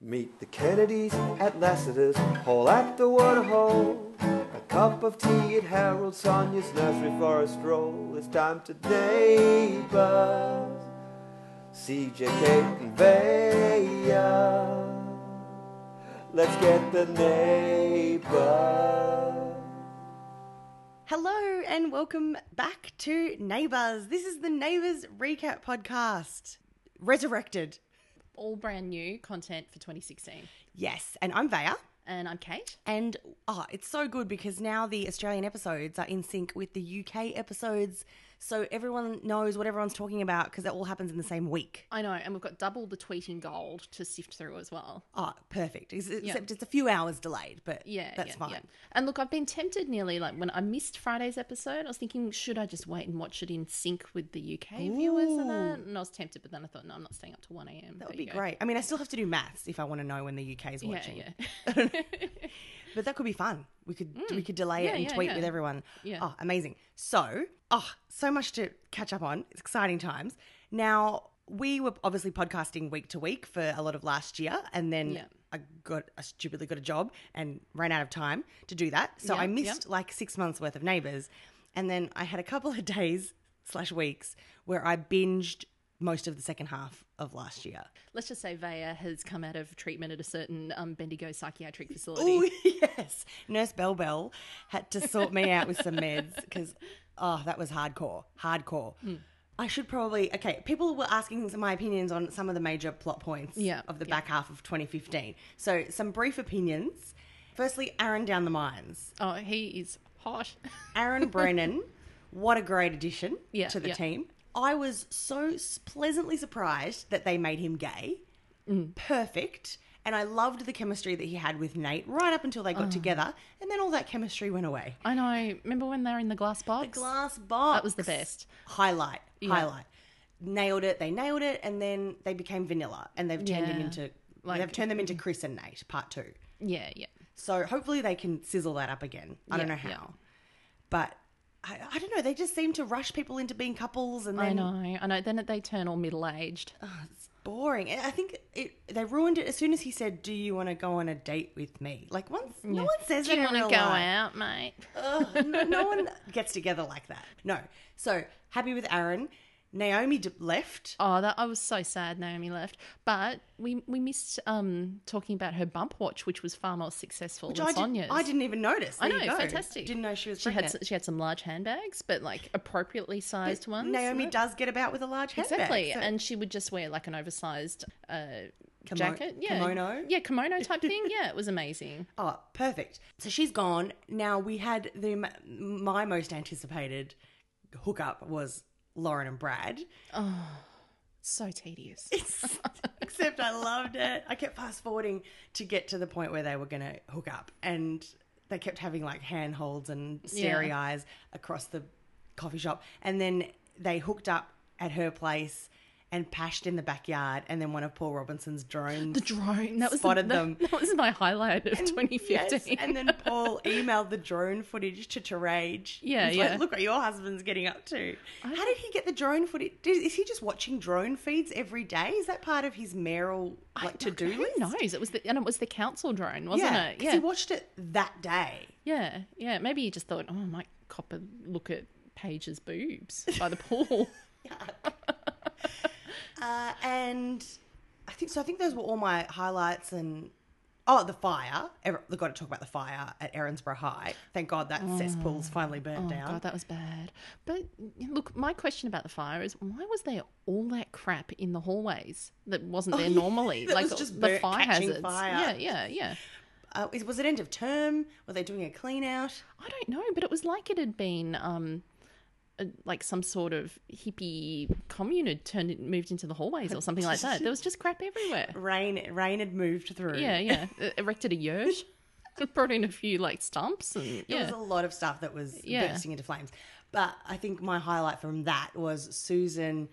Meet the Kennedys at Lassiter's Hall at the Waterhole. A cup of tea at Harold Sonia's nursery for a stroll. It's time to neighbors. CJ, Kate, and Vaya. Let's get the neighbors. Hello and welcome back to Neighbours. This is the Neighbours Recap Podcast. Resurrected. all brand new content for 2016. Yes, and I'm Vaya. And I'm Kate. And oh, it's so good because now the Australian episodes are in sync with the UK episodes. So everyone knows what everyone's talking about because it all happens in the same week. I know, and we've got double the tweeting gold to sift through as well. Oh, perfect. Ex- Except it's a few hours delayed, but Yeah, that's yeah, fine. yeah. And look, I've been tempted nearly like when I missed Friday's episode, I was thinking, should I just wait and watch it in sync with the UK viewers and that? And I was tempted, but then I thought, no, I'm not staying up till 1 a.m. That would be great. I mean, I still have to do maths if I want to know when the UK is Yeah, watching. yeah. But that could be fun. We could we could delay Hmm. Yeah, it and yeah, tweet yeah. with everyone. Yeah. Oh, amazing. So, oh, so much to catch up on. It's exciting times. Now, we were obviously podcasting week to week for a lot of last year and then Yeah. I got I stupidly got a job and ran out of time to do that. So Yeah, I yeah. missed like six months worth of neighbors. And then I had a couple of days slash weeks where I binged most of the second half of last year. Let's just say Vaya has come out of treatment at a certain um, Bendigo psychiatric facility. Oh yes, Nurse Bell Bell had to sort me out with some meds because oh, that was hardcore, hardcore. Hmm. I should probably okay. People were asking some- my opinions on some of the major plot points Yeah, of the yeah. back half of 2015. So some brief opinions. Firstly, Aaron down the mines. Oh, he is hot. Aaron Brennan, what a great addition Yeah, to the yeah. team. I was so s- pleasantly surprised that they made him gay. Mm. Perfect. And I loved the chemistry that he had with Nate right up until they Oh. got together. And then all that chemistry went away. I know. Remember when they were in the glass box? Glass box. That was the best. Highlight. Highlight. Nailed it. They nailed it. And then they became vanilla. And they've turned him Yeah. into. Like- they've turned them into Chris and Nate, part two. Yeah, yeah. So hopefully they can sizzle that up again. I don't know Yeah, how. yeah. But I, I don't know. They just seem to rush people into being couples and then I know, I know. Then they turn all middle aged. it's boring. And I think it they ruined it as soon as he said, Do you want to go on a date with me? Like once no one says Do you that in want to real go life. out, mate? Ugh, no, no one gets together like that. No. So happy with Aaron. Naomi d- left. Oh, that I was so sad Naomi left. But we we missed um talking about her bump watch, which was far more successful which than I, Sonia's. did, I didn't even notice. I There you know, go. fantastic. Didn't know she was She had pregnant. s- she had some large handbags, but like appropriately sized ones. Naomi right? does get about with a large handbag. exactly, so- and she would just wear like an oversized uh, Kimo- jacket, yeah, kimono? yeah, kimono type thing. Yeah, it was amazing. Oh, perfect. So she's gone. Now we had the m- my most anticipated hookup was Lauren and Brad. So tedious. Except I loved it. I kept fast forwarding to get to the point where they were going to hook up and they kept having like handholds and starry Yeah. eyes across the coffee shop and then they hooked up at her place and pashed in the backyard and then one of Paul Robinson's drones the drone that was Spotted the, that- them. That, was my highlight of 2015. Yes, and then Paul emailed the drone footage to Terrage. Yeah, He's like, yeah. Look what your husband's getting up to. How did he get the drone footage? Did, is he just watching drone feeds every day? Is that part of his mayoral like to do Who list? knows? It was the and it was the council drone, wasn't yeah, it? 'cause he watched it that day. Yeah, yeah. Maybe you just thought, oh, I might cop a look at Paige's boobs by the pool. Uh, and I think so. I think those were all my highlights and. Oh, the fire! Ever- We've got to talk about the fire at Erinsborough High. Thank God that cesspool's finally burnt oh down. god, that was bad. But look, my question about the fire is, why was there all that crap in the hallways that wasn't there normally? that like was just the burnt- fire catching hazards. fire. Yeah, yeah, yeah. Uh, is, was it end of term? Were they doing a clean out? I don't know, but it was like it had been. um a- like some sort of hippie commune had turned it moved into the hallways or something like that. There was just crap everywhere. Rain, rain had moved through. Yeah, yeah. E- Erected a yurt. Brought in a few like stumps and There was yeah. a lot of stuff that was Yeah. bursting into flames. But I think my highlight from that was Susan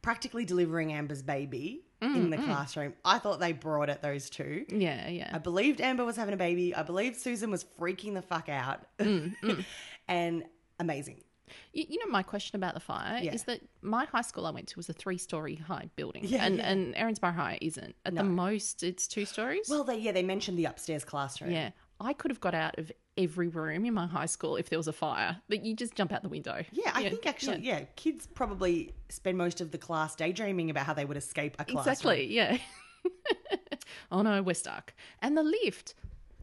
practically delivering Amber's baby in the classroom. I thought they brought it, those two. Mm, Yeah, yeah. I believed Amber was Mm, having a baby. I believed Susan was freaking the fuck out. and amazing. You, you know, my question about the fire Yeah. is that my high school I went to was a three-story high building, Yeah, and yeah. and Erinsborough High isn't. At No. the most, it's two stories. Well, they yeah they mentioned the upstairs classroom. yeah, I could have got out of every room in my high school if there was a fire, but you just jump out the window. Yeah, I think actually, yeah. kids probably spend most of the class daydreaming about how they would escape a classroom. Exactly. Yeah. oh no, we're stuck. And the lift.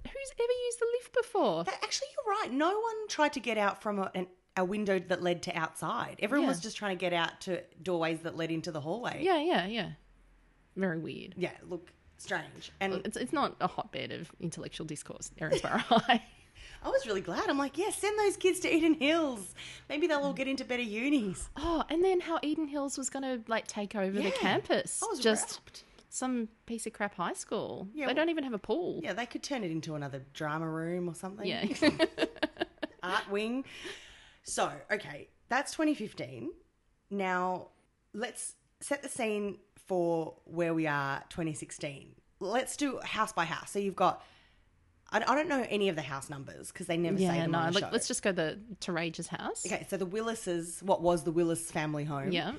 Who's ever used the lift before? That- actually, you're right. No one tried to get out from a, an, a window that led to outside. Everyone Yeah. was just trying to get out to doorways that led into the hallway. yeah, yeah, yeah. Very weird. yeah. Look, strange. And It's, it's not a hotbed of intellectual discourse, Erinsborough High. I was really glad. I'm like, yeah, send those kids to Eden Hills. Maybe they'll all Mm. get into better unis. Oh, and then how Eden Hills was going to like take over the Yeah. campus. I was just rapt. some piece of crap high school. Yeah, they well- don't even have a pool. Yeah, they could turn it into another drama room or something. Yeah. art wing. So, okay, that's 2015. Now, let's set the scene for where we are 2016. Let's do house by house. So you've got, I, I don't know any of the house numbers because they never say yeah, them no. on the Like, show. let's just go the Terage's house. Okay, so the Willis's, what was the Willis family home? Yeah.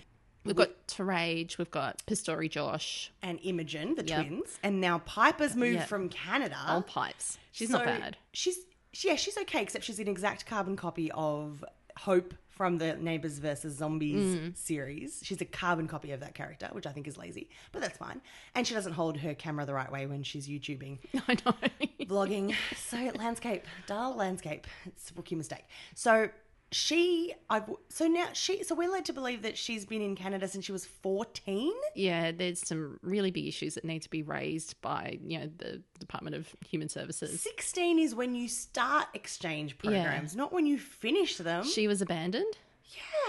We've got Terage, we've got Pistori Josh, And Imogen, the Yeah. twins. And now Piper's moved Yeah. from Canada. Old Pipes. She's not Ah, So bad. She's she- yeah, she's okay, except she's an exact carbon copy of Hope from the Neighbors versus Zombies Mm. series. She's a carbon copy of that character, which I think is lazy, but that's fine. And she doesn't hold her camera the right way when she's YouTubing, I know. vlogging. so landscape, dull landscape. It's a rookie mistake. So she, I've so now she, so we're led to believe that she's been in Canada since she was fourteen. yeah, there's some really big issues that need to be raised by, you know, the Department of Human Services. 16 is when you start exchange programs, not when you finish them. She was abandoned.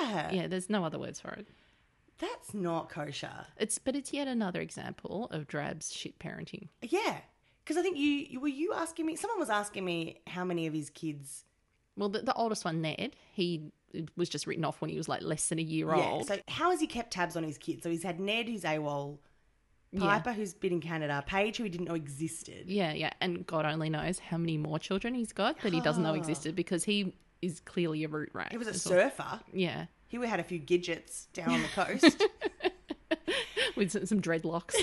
yeah. Yeah, there's no other words for it. That's not kosher. It's but it's yet another example of Drab's shit parenting. Yeah. Because I think you, you were you asking me, someone was asking me how many of his kids. Well, the, the oldest one, Ned, he was just written off when he was like less than a year Yeah. old. So how has he kept tabs on his kids? So he's had Ned, who's AWOL, Yeah. Piper, who's been in Canada, Paige, who he didn't know existed. yeah, yeah, and God only knows how many more children he's got that he doesn't know Ah. existed because he is clearly a root rat. He was a That's all. surfer. Yeah, He had a few gidgets down on the coast. with some, some dreadlocks.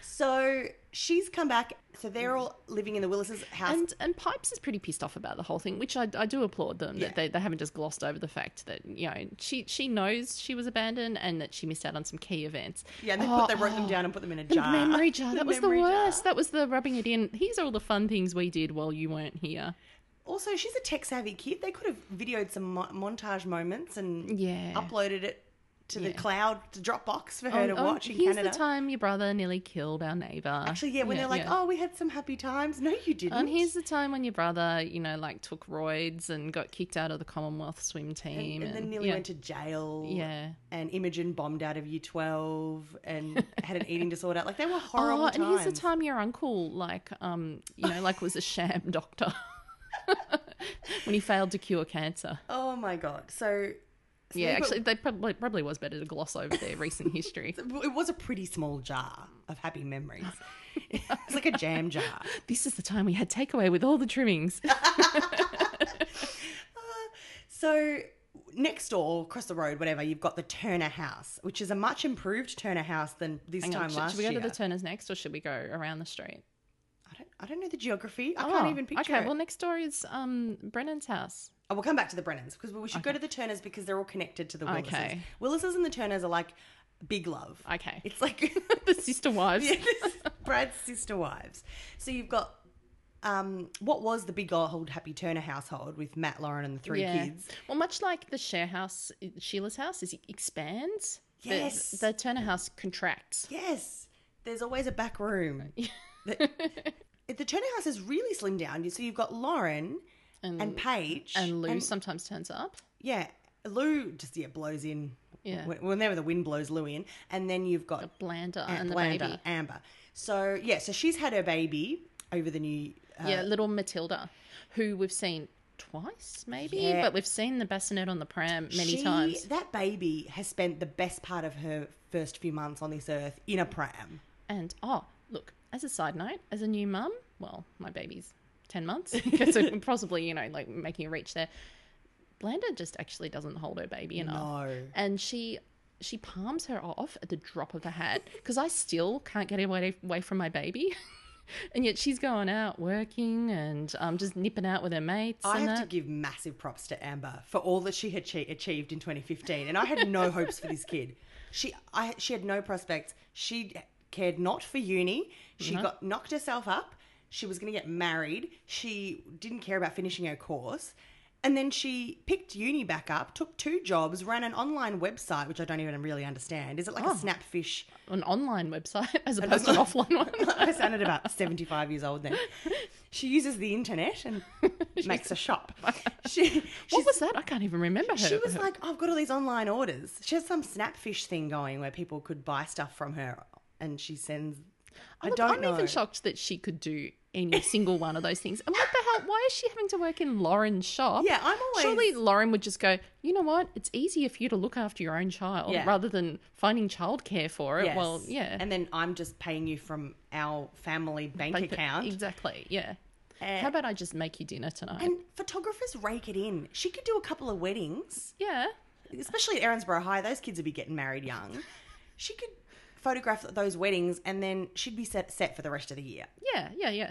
so she's come back. So they're all living in the Willis's house. and and Pipes is pretty pissed off about the whole thing, which I, I do applaud them Yeah. that they, they haven't just glossed over the fact that you know she she knows she was abandoned and that she missed out on some key events. yeah, and they, Oh, put, they wrote them oh, down and put them in a The jar. memory jar. That was the memory jar. worst. That was the rubbing it in. Here's all the fun things we did while you weren't here. Also, she's a tech savvy kid. They could have videoed some mo- montage moments and Yeah. uploaded it to the Yeah. Oh, cloud to Dropbox for her to watch in here's Canada. the time your brother nearly killed our neighbor. Actually, yeah, when they're like, "Oh, we had some happy times." No, you didn't. And here's the time when your brother, you know, like took roids and got kicked out of the Commonwealth swim team. and, and then nearly yeah. went to jail. Yeah. And Imogen bombed out of Year Twelve and had an eating disorder. Like they were horrible Oh, times. and here's the time your uncle, like, um, you know, like was a sham doctor when he failed to cure cancer. Oh my god. So, so yeah, they put- actually, they probably probably was better to gloss over their recent history. it was a pretty small jar of happy memories. it's like a jam jar. this is the time we had takeaway with all the trimmings. So next door, across the road, whatever, you've got the Turner House, which is a much improved Turner House than this Hang time on, should, last should we go year. to the Turners next, or should we go around the street? I don't, I don't know the geography. I Oh, can't even picture Okay, it. well, next door is um Brennan's house. Oh, we'll come back to the Brennans because we should go to the Turners because they're all connected to the Willises. Okay. Willises and the Turners are like big love. Okay, It's like the sister wives. Yeah, this is Brad's sister wives. So you've got um, what was the big old happy Turner household with Matt, Lauren, and the three Yeah. kids. Well, much like the share house, Sheila's house is it expands. The- Yes. the, Turner house contracts. Yes, there's always a back room. the, the Turner house is really slimmed down. So you've got Lauren and, Paige and Lou sometimes turns up. yeah, Lou just yeah blows in. Yeah. When- whenever the wind blows Lou in, and then you've got Blander Aunt and the Blanda, baby. Amber. So yeah, so she's had her baby over the new. Uh, yeah, little Matilda, who we've seen twice maybe, Yeah. but we've seen the bassinet on the pram many she- times. That baby has spent the best part of her first few months on this earth in a pram. And oh, look, as a side note, as a new mum, well, my baby's 10 months, so possibly, you know, like making a reach there. Blanda just actually doesn't hold her baby enough. No. And she she palms her off at the drop of a hat because I still can't get away, away from my baby. and yet she's going out working and um, just nipping out with her mates. I and have to that. give massive props to Amber for all that she had che- achieved in 2015, and I had no hopes for this kid. She, I, she had no prospects. She cared not for uni. She got knocked herself up. She was going to get married. She didn't care about finishing her course, and then she picked uni back up, took two jobs, ran an online website, which I don't even really understand. Is it like a snapfish? An online website as opposed to an offline one. I sounded about 75 years old then. She uses the internet and makes a shop. She, What she's- was that? I can't even remember her. she was her- like, I've got all these online orders. She has some snapfish thing going where people could buy stuff from her and she sends. I Oh, Look, don't I'm know. even shocked that she could do any single one of those things. And what the hell? Why is she having to work in Lauren's shop? Yeah, I'm always- Surely Lauren would just go, you know what? It's easier for you to look after your own child Yeah. rather than finding childcare for it. Yes. Well, yeah. And then I'm just paying you from our family bank Like the- account. Eh. Exactly, yeah. How about I just make you dinner tonight? And photographers rake it in. She could do a couple of weddings, yeah. especially at Erinsborough High. Those kids would be getting married young. She could photograph those weddings and then she'd be set, set for the rest of the year. Yeah, yeah, yeah.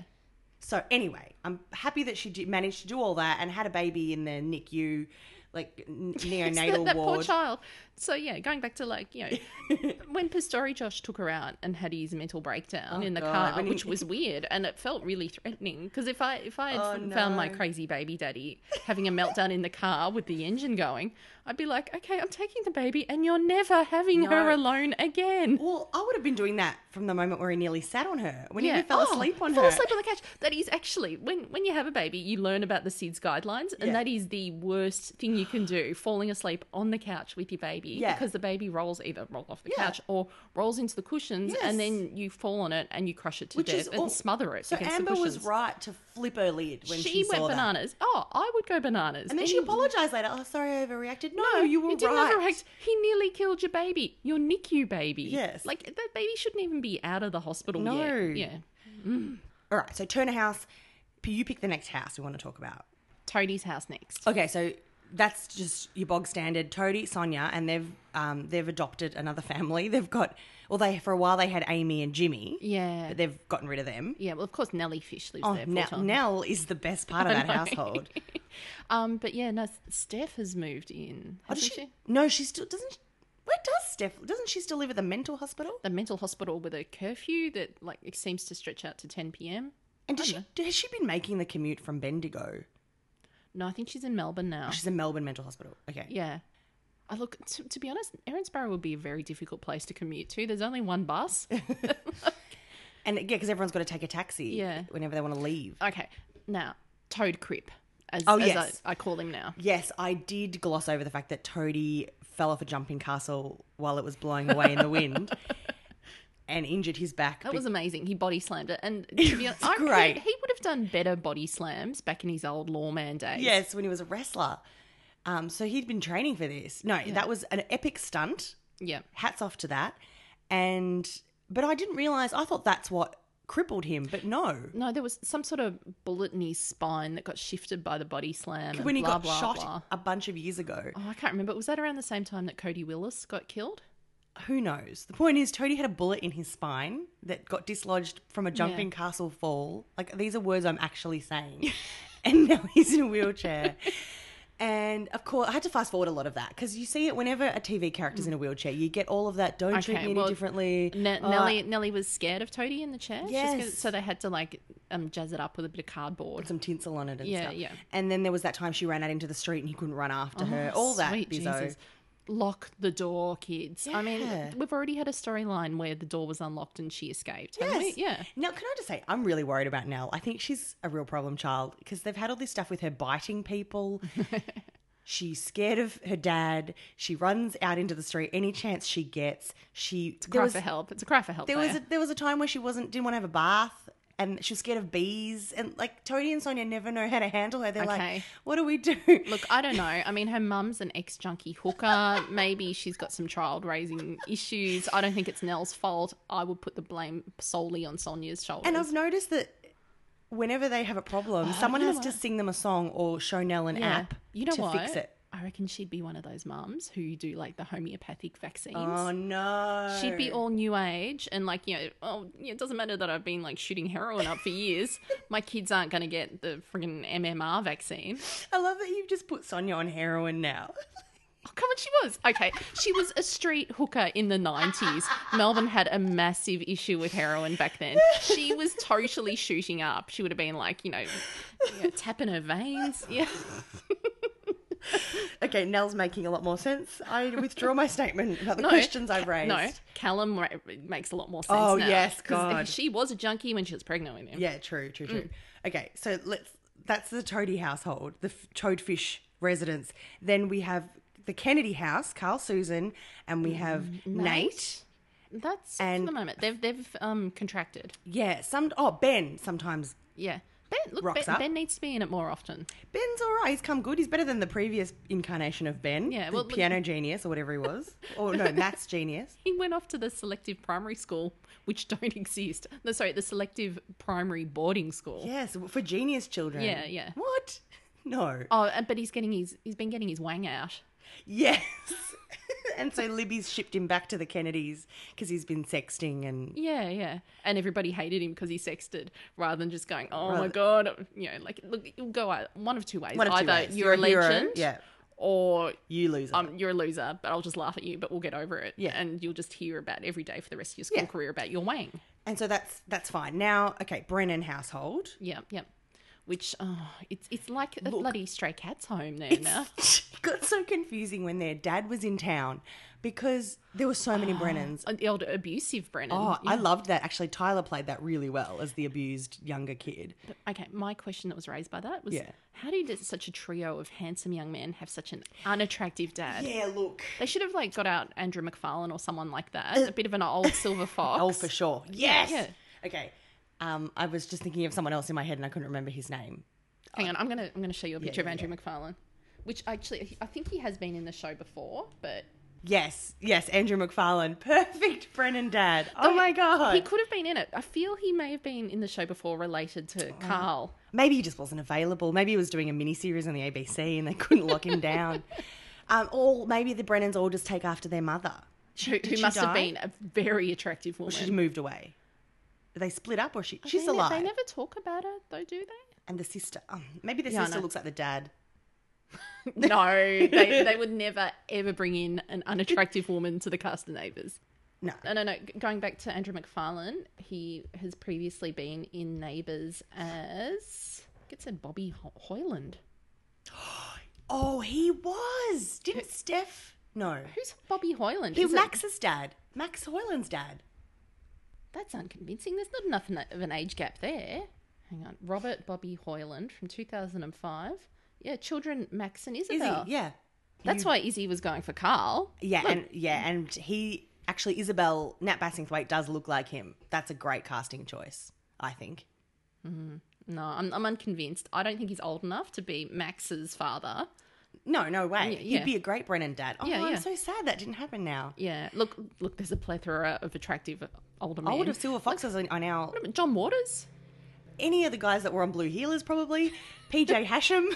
So anyway, I'm happy that she did, managed to do all that and had a baby in the NICU, like n- It's neonatal that, that ward. poor child. So yeah, going back to like you know, when Pastori Josh took her out and had his mental breakdown in the Oh, God, car, when he- which was weird, and it felt really threatening. Because if I if I had Oh, f- found my no. crazy baby daddy having a meltdown in the car with the engine going, I'd be like, okay, I'm taking the baby, and you're never having her No. alone again. Well, I would have been doing that from the moment where he nearly sat on her when he fell Oh, asleep on fell her. asleep on the couch. That is actually when when you have a baby, you learn about the SIDS guidelines, and Yeah. that is the worst thing you can do: falling asleep on the couch with your baby, Yeah. because the baby rolls either roll off the Yeah. couch or rolls into the cushions, Yes. and then you fall on it and you crush it to Which death is and all- smother it. So against Amber the was cushions. right to flip her lid when she, She went saw that. bananas. Oh, I would go bananas. And then she you- apologized later. Oh, sorry, I overreacted. No, you were you didn't right. overreact. He nearly killed your baby, your NICU baby. Yes. like that baby shouldn't even be out of the hospital yet. No. Yeah, All right, so Turner House. P- You pick the next house we want to talk about. Toadie's house next. Okay, so that's just your bog standard Toadie, Sonia, and they've um, they've adopted another family. They've got well, they for a while they had Amy and Jimmy. Yeah. but they've gotten rid of them. Yeah, well, of course, Nellie Fish lives Oh, there full Nell, time. Nell is the best part of that know. household. Um, but yeah, no, Steph has moved in. Oh, does Hasn't she- she? No, she still doesn't. she- Where does Steph? Doesn't she still live at the mental hospital? The mental hospital with a curfew that like it seems to stretch out to 10 p.m. And does she, has she been making the commute from Bendigo? No, I think she's in Melbourne now. Oh, She's in Melbourne Mental Hospital. Okay. Yeah. I look to, to be honest, Erinsborough would be a very difficult place to commute to. There's only one bus. And yeah, because everyone's got to take a taxi Yeah. whenever they want to leave. okay, now Toad Crip, as, Oh, as yes. I, I call him now. Yes, I did gloss over the fact that Toadie fell off a jumping castle while it was blowing away in the wind and injured his back. That was amazing. He body slammed it, and to be honest, I reckon great. He, would have done better body slams back in his old lawman days. Yes, when he was a wrestler. Um, so he'd been training for this. No, that was an epic stunt. yeah. Hats off to that. And but I didn't realize. I thought that's what crippled him, but no. No, there was some sort of bullet in his spine that got shifted by the body slam. And When he blah, got blah, shot blah. a bunch of years ago, Oh, I can't remember. Was that around the same time that Cody Willis got killed? who knows? The point is, Toadie had a bullet in his spine that got dislodged from a jumping castle fall. Like these are words I'm actually saying, and now he's in a wheelchair. And of course, I had to fast forward a lot of that because you see it whenever a TV character's in a wheelchair, you get all of that. Don't treat Mm. Okay, me well, any differently. Ne- Oh, Nellie, Nellie was scared of Toadie in the chair. She's scared- Yes. so they had to like um, jazz it up with a bit of cardboard. some tinsel on it and Yeah, stuff. yeah. Oh, And then there was that time she ran out into the street and he couldn't run after her. All that, Sweet Bizzo. Jesus. Lock the door, kids. I mean, Yeah. we've already had a storyline where the door was unlocked and she escaped. haven't we? Yeah. Now, can I just say, I'm really worried about Nell. I think she's a real problem child because they've had all this stuff with her biting people. She's scared of her dad. She runs out into the street any chance she gets. She there Cry was for help. It's a cry for help. there was a, there. there was a time where she wasn't didn't want to have a bath. And she was scared of bees, and like Toadie and Sonia never know how to handle her. They're Okay. like, "What do we do?" Look, I don't know. I mean, her mum's an ex junkie hooker. Maybe she's got some child raising issues. I don't think it's Nell's fault. I would put the blame solely on Sonia's shoulders. And I've noticed that whenever they have a problem, someone Oh, you know has to what? sing them a song or show Nell an Yeah. app You know to what? fix it. I reckon she'd be one of those mums who do like the homeopathic vaccines. Oh no. She'd be all new age and like, you know, oh, yeah, it doesn't matter that I've been like shooting heroin up for years. My kids aren't going to get the friggin' MMR vaccine. I love that you've just put Sonia on heroin now. Oh, come on, she was. Okay. She was a street hooker in the 90s. Melbourne had a massive issue with heroin back then. She was totally shooting up. She would have been like, you know, you know, tapping her veins. Yeah. Okay, Nell's making a lot more sense. I withdraw my statement about the No, questions I've raised. No, Callum ra- makes a lot more sense. Oh, now. yes, 'Cause God. She was a junkie when she was pregnant with him. Yeah, true, true, true. Okay, so let's. That's the Toady household, the f- Toadfish residence. Then we have the Kennedy house, Carl, Susan, and we have Mm, Nate. That's And- for the moment. They've they've um contracted. Yeah, some. Oh, Ben sometimes. Yeah. Ben, look, Rocks ben, up. ben needs to be in it more often. Ben's all right. He's come good. He's better than the previous incarnation of Ben. Yeah, the well, look- piano genius or whatever he was. or no, maths genius. He went off to the selective primary school, which don't exist. No, sorry, the selective primary boarding school. Yes, for genius children. Yeah, yeah. What? No. Oh, and- but he's getting his he's been getting his wang out. Yes. and so Libby's shipped him back to the Kennedys because he's been sexting and Yeah, yeah. And everybody hated him because he sexted, rather than just going, "Oh my god," you know, like look, it'll go out one of two ways. One of two Either ways. you're, a You're a hero, legend, yeah. or you lose. it. um, you're a loser, but I'll just laugh at you, but we'll get over it. Yeah. And you'll just hear about every day for the rest of your school Yeah. career about your wang. And so that's that's fine. Now, okay, Brennan household. Yeah, yeah. Which, oh, it's, it's like a bloody stray cat's home there now. It got so confusing when their dad was in town because there were so many Brennans. Uh, The old abusive Brennan. Oh, I loved that. Actually, Tyler played that really well as the abused younger kid. Okay, my question that was raised by that was Yeah. how did such a trio of handsome young men have such an unattractive dad? Yeah, look. They should have like got out Andrew McFarlane or someone like that, Uh, a bit of an old silver fox. Oh, for sure. Yes. Yeah. Okay. Um, I was just thinking of someone else in my head and I couldn't remember his name. Hang on, I'm gonna I'm gonna show you a picture yeah, of Andrew McFarlane, which actually I think he has been in the show before, but Yes, yes, Andrew McFarlane. Perfect Brennan dad. Oh my He god. could have been in it. I feel he may have been in the show before related Oh. to Carl. Maybe he just wasn't available. Maybe he was doing a mini series on the ABC and they couldn't lock him down. Um, or maybe the Brennans all just take after their mother. Who, who she must have die? been a very attractive woman. Or she's moved away. They split up or she, she's they, ne- alive. They never talk about it though, do they? and the sister. Um, maybe the Yeah, I sister know. looks like the dad. No, they, they would never ever bring in an unattractive woman to the cast of Neighbours. No. No, no, no. g- Going back to Andrew McFarlane, he has previously been in Neighbours as I think it said Bobby Ho- Hoyland. Oh, he was. Didn't Steph? No. Who's Bobby Hoyland? He Is was it- Max's dad. Max Hoyland's dad. That's unconvincing. There's not enough na- of an age gap there. Hang on. Robert Bobby Hoyland from 2005. Yeah, children Max and Izzy. Isabel. Yeah. That's why Izzy was going for Carl. Yeah, and yeah, and he actually Isabel Nat Bassingthwaite does look like him. That's a great casting choice, I think. No, I'm, I'm unconvinced. I don't think he's old enough to be Max's father. No, no way. yeah. He'd be a great Brennan dad. Oh, Yeah, I'm yeah. so sad that didn't happen now. Yeah. Look, look. There's a plethora of attractive older men. I would have Silver Foxes on, on our John Waters. any of the guys that were on Blue Healers probably. PJ Hashem,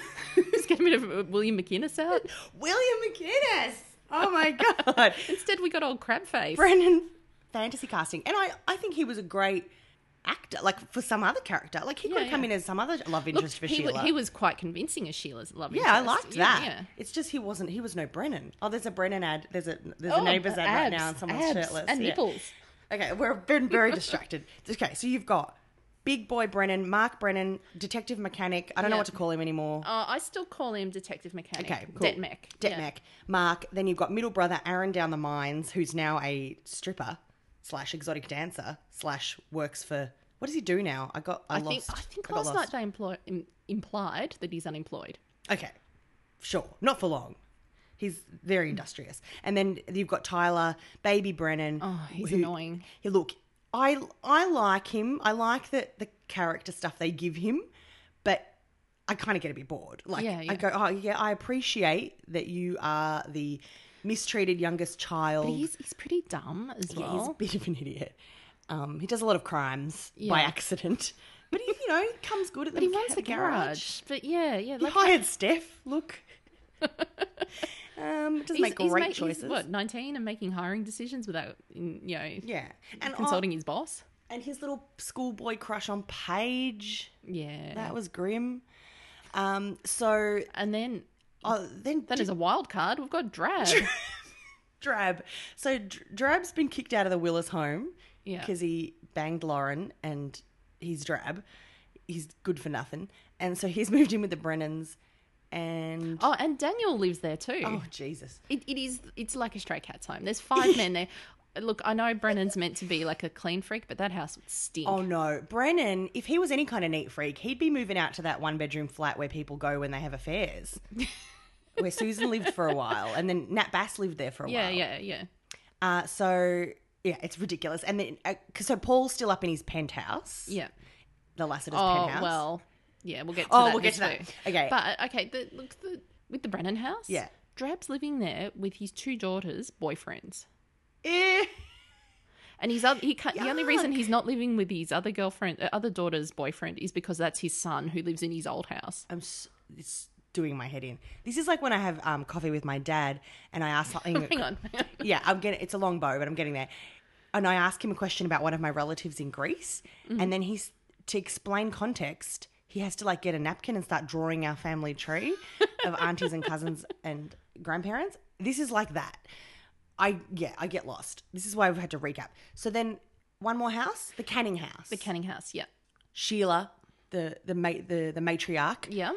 Just get a bit of William McInnes out. William McInnes. Oh my god, Instead, we got old Crabface. Brennan fantasy casting, and I I think he was a great actor. Like for some other character, like he could Yeah, have come in yeah. as some other love Look, interest for he, Sheila. wa- he was quite convincing as Sheila's love Yeah, I interest. liked Yeah, that. yeah. It's just he wasn't. He was no Brennan. Oh, there's a Brennan ad. There's a there's Oh, a neighbours ad right abs, now, and someone's abs shirtless and Yeah. nipples. Okay, we've been very distracted. Okay, so you've got Big Boy Brennan, Mark Brennan, Detective Mechanic. I don't know Yeah. what to call him anymore. Uh, I still call him Detective Mechanic. okay, cool. Detmec. Detmec. Mark. Then you've got middle brother Aaron down the mines, who's now a stripper slash exotic dancer slash works for. What does he do now? I got. I, I think, lost. I think got last lost. night they implo- im- implied that he's unemployed. Okay, sure, not for long. He's very industrious, and then you've got Tyler, baby Brennan. Oh, he's who- annoying. He, look, I I like him. I like the the character stuff they give him, but I kind of get a bit bored. Like Yeah, yeah. I go, oh yeah, I appreciate that you are the mistreated youngest child. But he's, he's pretty dumb as Yeah, well. he's a bit of an idiot. Um, he does a lot of crimes by Yeah. accident, but he you know comes good at but the, he runs the a garage. But yeah, yeah. He Like, hired Steph. Look. Um, does make great ma- choices. what, 19 and making hiring decisions without, mm, you know, Yeah, and consulting his boss? oh, and his little schoolboy crush on Paige. Yeah. That was grim. Um, so and then oh, then that is a wild card. We've got Drab. Drab. So Dr- Drab's been kicked out of the Willis home Yeah. because he banged Lauren and he's Drab. He's good for nothing. And so he's moved in with the Brennans and oh, and Daniel lives there too. oh Jesus. It, it is. It's like a stray cat's home. There's five men there. Look, I know Brennan's meant to be like a clean freak, but that house would stink. Oh no. Brennan, if he was any kind of neat freak, he'd be moving out to that one bedroom flat where people go when they have affairs. where Susan lived for a while and then Nat Bass lived there for a yeah, while. yeah, yeah. Uh, so yeah, it's ridiculous. And then uh, 'cause- so Paul's still up in his penthouse. Yeah. The Lassiter's Oh penthouse. well. Yeah, we'll get. To Oh, that we'll get to next that. week. Okay. But uh, okay, the, look the, with the Brennan house. Yeah. Drab's living there with his two daughters' boyfriends, Eh. and his other he can't, the only reason Yuck. he's not living with his other girlfriend, uh, other daughter's boyfriend, is because that's his son who lives in his old house. I'm s it's doing my head in. This is like when I have um, coffee with my dad and I ask something. Hang on. Yeah, I'm getting. It's a long bow, but I'm getting there. And I ask him a question about one of my relatives in Greece, and then he's to explain context. He has to like get a napkin and start drawing our family tree of aunties and cousins and grandparents. This is like that. I yeah, I get lost. This is why I've had to recap. So then one more house, the Canning house. the Canning house. Yeah. Sheila, the the ma- the the matriarch. Yeah.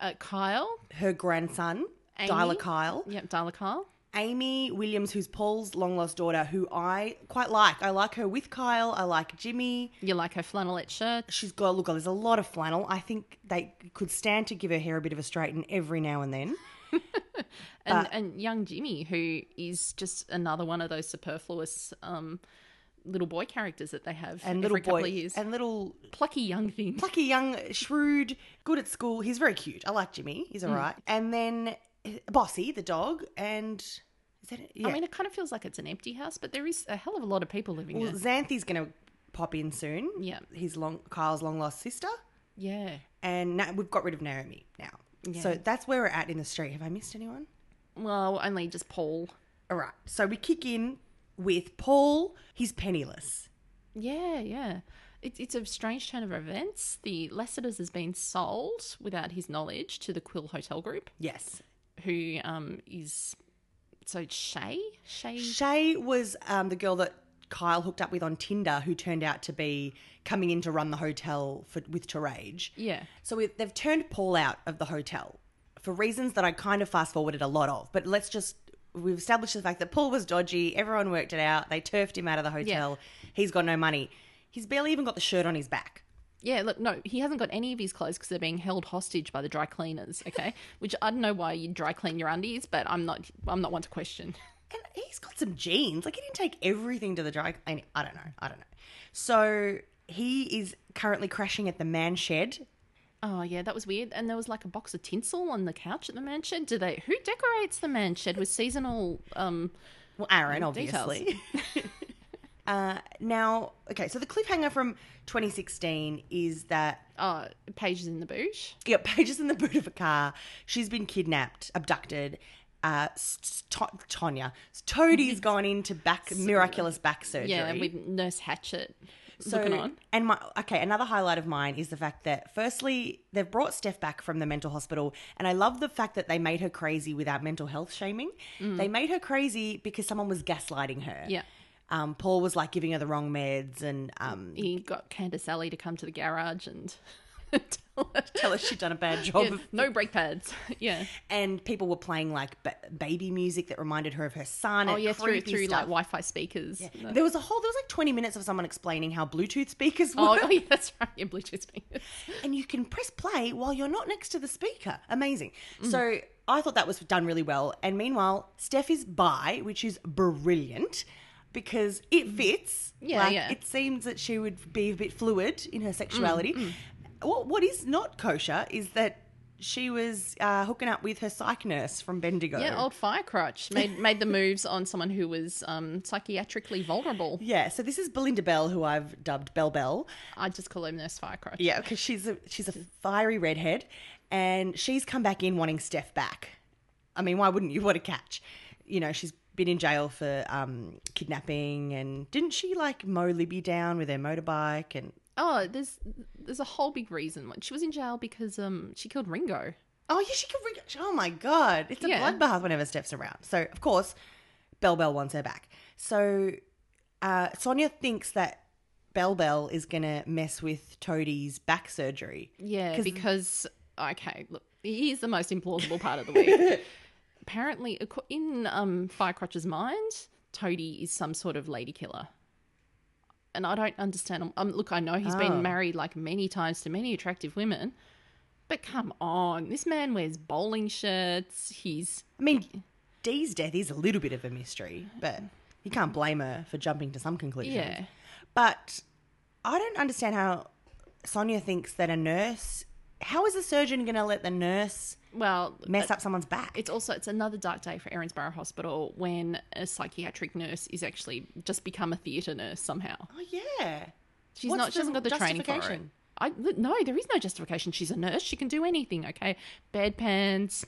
Uh, Kyle. her grandson, Amy? Dyla Kyle, Yep. Darla Kyle. Amy Williams, who's Paul's long lost daughter, who I quite like. I like her with Kyle. I like Jimmy. You like her flannelette shirt? She's got look. There's a lot of flannel. I think they could stand to give her hair a bit of a straighten every now and then. and, and young Jimmy, who is just another one of those superfluous um, little boy characters that they have And every little boy couple of years. and little plucky young thing. plucky young, shrewd, good at school. He's very cute. I like Jimmy. He's all Mm. right. And then eh, Bossy, the dog, and is that it? Yeah. I mean, it kind of feels like it's an empty house, but there is a hell of a lot of people living well, there. Xanthi's going to pop in soon. Yeah. his long Kyle's long lost sister. Yeah. and na- we've got rid of Naomi now. So that's where we're at in the street. Have I missed anyone? Well, only just Paul. All right. So we kick in with Paul. He's penniless. Yeah, yeah. It's it's a strange turn of events. The Lassiter's has been sold without his knowledge to the Quill Hotel Group, Yes. who um is so Shay Shay. Shay was um, the girl that Kyle hooked up with on Tinder, who turned out to be coming in to run the hotel for, with Terage. Yeah. So we, they've turned Paul out of the hotel for reasons that I kind of fast forwarded a lot of. But let's just we've established the fact that Paul was dodgy. Everyone worked it out. They turfed him out of the hotel. He's got no money. He's barely even got the shirt on his back. Yeah, look, no, he hasn't got any of his clothes because they're being held hostage by the dry cleaners. Okay, which I don't know why you dry clean your undies, but I'm not, I'm not one to question. And he's got some jeans. Like he didn't take everything to the dry cleaning. I don't know. I don't know. So he is currently crashing at the man shed. Oh yeah, that was weird. And there was like a box of tinsel on the couch at the man shed. Do they? Who decorates the man shed with seasonal? Um, Well, Aaron, Details. obviously. uh, now, okay. So the cliffhanger from 2016 is that uh, pages in the bush. yeah, Paige is in the boot of a car. She's been kidnapped, abducted. Uh, s- s- to- Tonya, Toadie's gone into back miraculous back surgery. Yeah, with Nurse Hatchet So- looking on. And my okay, another highlight of mine is the fact that firstly they've brought Steph back from the mental hospital, and I love the fact that they made her crazy without mental health shaming. They made her crazy because someone was gaslighting her. Mm. Yeah. Um, Paul was like giving her the wrong meds, and um, He got Candace Alley to come to the garage and tell her, tell her "Oh, she'd done a bad job. Yeah, no brake pads. Yeah. And people were playing like ba- baby music that reminded her of her son. Oh and yeah, through creepy through like stuff. Wi-Fi speakers. No. There was a whole. There was like twenty minutes of someone explaining how Bluetooth speakers work, Oh, oh, yeah, that's right. Yeah, Bluetooth speakers. and you can press play while you're not next to the speaker. Amazing. Mm. So I thought that was done really well. And meanwhile, Steph is bi, which is brilliant because it fits. Mm. Yeah, Like, yeah. Mm, It seems that she would be a bit fluid in her sexuality. What What is not kosher is that. She was uh, hooking up with her psych nurse from Bendigo. Yeah, old Firecrotch made made the moves on someone who was um, psychiatrically vulnerable. Yeah, so this is Belinda Bell, who I've dubbed Bell Bell. I just call him Nurse Firecrotch. Yeah, because she's a she's a fiery redhead, and she's come back in wanting Steph back, I mean, why wouldn't you? What a catch. You know, she's been in jail for um, kidnapping and didn't she like mow Libby down with her motorbike and Oh, there's there's a whole big reason. Like, She was in jail because um she killed Ringo. Oh yeah, she could. Ring- oh my god, it's a Yeah. bloodbath whenever Steph's around. So of course, Bell Bell wants her back. So uh, Sonia thinks that Bell Bell is gonna mess with Toadie's back surgery. Yeah, because okay, look, here's the most implausible part of the week. Apparently, ac- in um, Firecrotch's mind, Toadie is some sort of lady killer, and I don't understand. Um, look, I know he's Oh. been married like many times to many attractive women, but come on, this man wears bowling shirts. He's I mean, Dee's death is a little bit of a mystery, but you can't blame her for jumping to some conclusions. yeah, But I don't understand how Sonia thinks that a nurse. How is a surgeon gonna let the nurse well, mess up someone's back? it's also it's another dark day for Erinsborough Hospital when a psychiatric nurse is actually just become a theatre nurse somehow. oh yeah. She's What's not. She the hasn't got the training for it. justification? I th- no, there is no justification. She's a nurse. She can do anything. Okay, bedpans,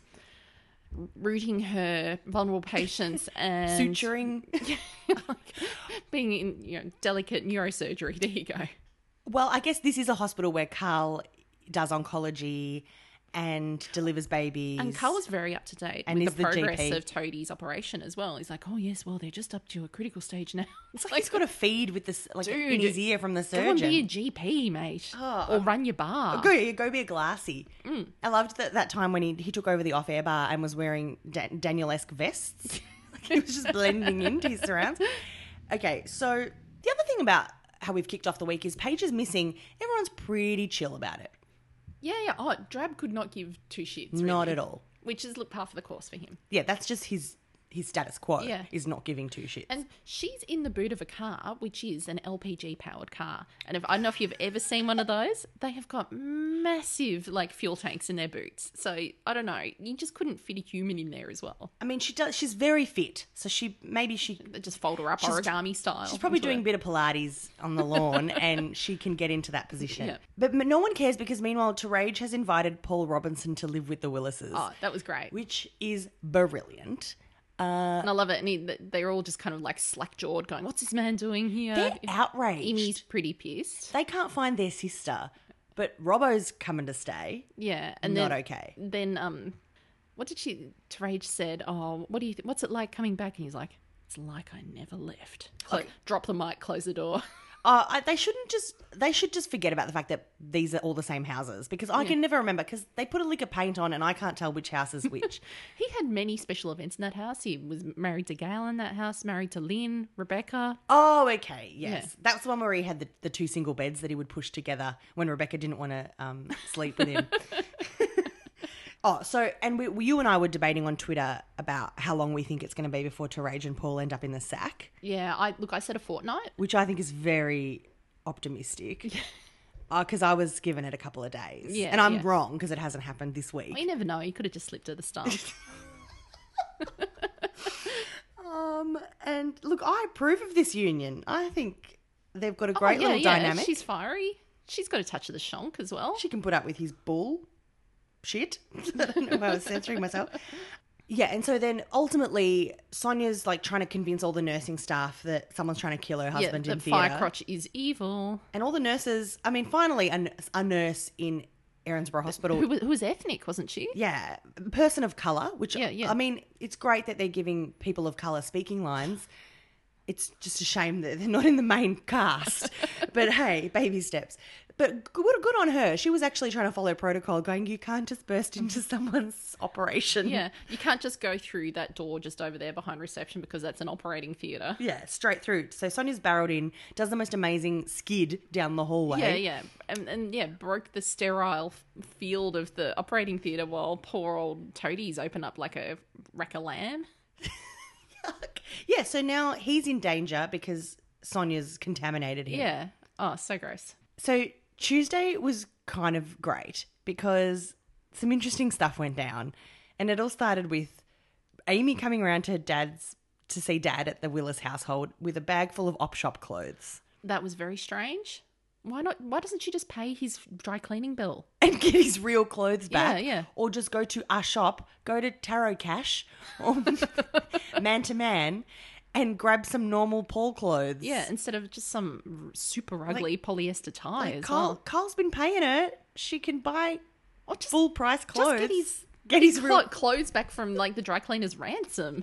rooting her vulnerable patients, and Suturing. like, being in you know delicate neurosurgery. There you go. Well, I guess this is a hospital where Carl does oncology and delivers babies. And Carl was very up to date And with is the the progress GP. of Toadie's operation as well. He's like, oh yes, well they're just up to a critical stage now. It's like, he's got a feed with this like in Dude, his ear from the go and surgeon. be a GP, mate, Oh. or run your bar. Go, yeah, go be a glassy. Mm. I loved that, that time when he, he took over the off air bar and was wearing da- Daniel esque vests. like he was just blending into his surrounds. Okay, so the other thing about how we've kicked off the week is Paige is missing. Everyone's pretty chill about it. Yeah, yeah. Oh, Drab could not give two shits. Really. Not at all. Which is look par for the course for him. Yeah, that's just his his status quo. Yeah. Is not giving two shits. And she's in the boot of a car, which is an LPG powered car. And if, I don't know if you've ever seen one of those, they have got massive like fuel tanks in their boots. So I don't know. You just couldn't fit a human in there as well. I mean, she does. She's very fit, so she maybe she They just fold her up origami style. she's probably into doing a it. bit of Pilates on the lawn, and she can get into that position. Yeah. But m- no one cares because meanwhile, Terrage has invited Paul Robinson to live with the Willises, Oh, that was great. which is brilliant. Uh, and I love it. And he, they're all just kind of like slack jawed, going, "What's this man doing here?" they're outraged. Uh, Amy's pretty pissed. They can't find their sister, but Robbo's coming to stay. Yeah, and Not then, okay. Then um, what did she? Terage said, "Oh, what do you? Th- what's it like coming back?" And he's like, "It's like I never left." Clo- drop the mic, close the door. Uh, I, they shouldn't just. They should just forget about the fact that these are all the same houses because I can never remember because they put a lick of paint on and I can't tell which house is which. he had many special events in that house. He was married to Gail in that house, married to Lynn, Rebecca. Oh, okay. Yes. That's the one where he had the, the two single beds that he would push together when Rebecca didn't want to um, sleep with him. oh, so, and we, you and I were debating on Twitter about how long we think it's going to be before Terrage and Paul end up in the sack, Yeah, I look. I said a fortnight. which I think is very optimistic. Because I was given it a couple of days. Yeah, and I'm yeah. wrong because it hasn't happened this week. You never know. He could have just slipped at the start. Um, and look, I approve of this union. I think they've got a great Oh, yeah, little yeah, dynamic. She's fiery. She's got a touch of the shonk as well. she can put up with his bull shit. I don't know why I was censoring myself. Yeah, and so then ultimately Sonia's like trying to convince all the nursing staff that someone's trying to kill her yeah, husband the in theatre. firecrotch is evil. and all the nurses, I mean, finally a, n- a nurse in Erinsborough Hospital. Who was, who was ethnic, wasn't she? yeah, a person of colour, which Yeah, yeah. I mean, it's great that they're giving people of colour speaking lines. It's just a shame that they're not in the main cast. but hey, baby steps. But good, good on her. She was actually trying to follow protocol, going, you can't just burst into someone's operation. Mm-hmm. Yeah, you can't just go through that door just over there behind reception because that's an operating theatre. Yeah, straight through. So Sonia's barreled in, does the most amazing skid down the hallway. Yeah, yeah, and, and yeah, broke the sterile f- field of the operating theatre while poor old Toadie's open up like a rack of lamb. Yeah, so now he's in danger because Sonia's contaminated him. Yeah. Oh, so gross. So Tuesday was kind of great because some interesting stuff went down. And it all started with Amy coming around to her dad's to see dad at the Willis household with a bag full of op shop clothes. That was very strange. Why not? Why doesn't she just pay his dry cleaning bill? and get his real clothes back. Yeah, yeah. Or just go to our shop, go to Tarot Cash or Man to Man and grab some normal Paul clothes. Yeah, instead of just some r- super ugly polyester Oh, tie Like, as Carl, well. Carl's been paying her. She can buy Or just, full price just clothes. get his Get his real- clo- clothes back from like the dry cleaner's ransom.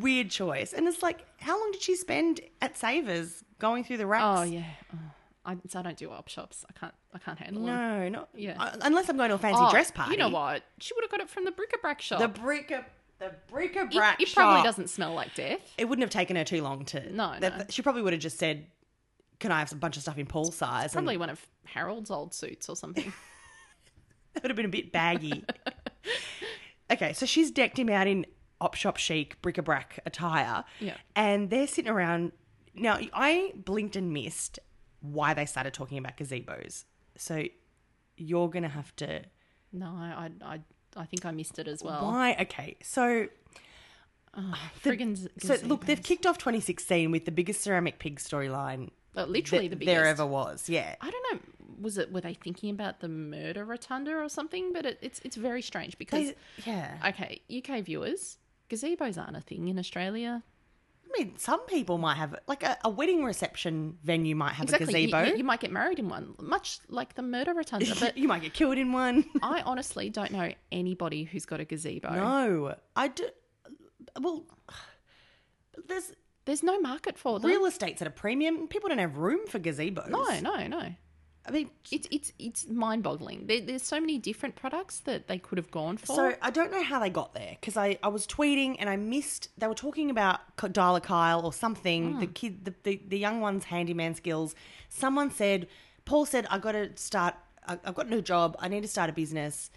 weird choice. And it's like, how long did she spend at Savers going through the racks? Oh yeah. Oh, I, so I don't do op shops. I can't. I can't handle them. No, not Yeah. uh, unless I'm going to a fancy Oh, dress party. You know what? She would have got it from the bric-a-brac shop. The bric the bric a it, brac. it probably doesn't smell like death. It wouldn't have taken her too long to. No, that- no. She probably would have just said, "Can I have a bunch of stuff in Paul size?" and Probably one of Harold's old suits or something. It would have been a bit baggy. okay, so she's decked him out in op shop chic bric-a-brac attire. Yeah. And they're sitting around. Now, I blinked and missed why they started talking about gazebos. So you're going to have to. no, I, I, I think I missed it as well. Why? Okay, so. Friggin' z- So look, they've gazebos. kicked off 2016 with the biggest ceramic pig storyline Uh, literally that the biggest. there ever was. Yeah, I don't know. Was it? Were they thinking about the murder rotunda or something? But it, it's it's very strange because yeah. okay, UK viewers, gazebos aren't a thing in Australia. I mean, some people might have like a, a wedding reception venue might have Exactly. a You- gazebo. You, you might get married in one, much like the murder rotunda. But you might get killed in one. I honestly don't know anybody who's got a gazebo. No, I do. Well, there's There's no market for them. real estate's at a premium. and People don't have room for gazebos. No, no, no. I mean, It's it's it's mind boggling. There, there's so many different products that they could have gone for. so I don't know how they got there because I, I was tweeting and I missed. They were talking about K- Dial a Kyle or something. Hmm. The kid, the, the the young one's handyman skills. Someone said, Paul said, I got to start. I, I've got a new job. I need to start a business.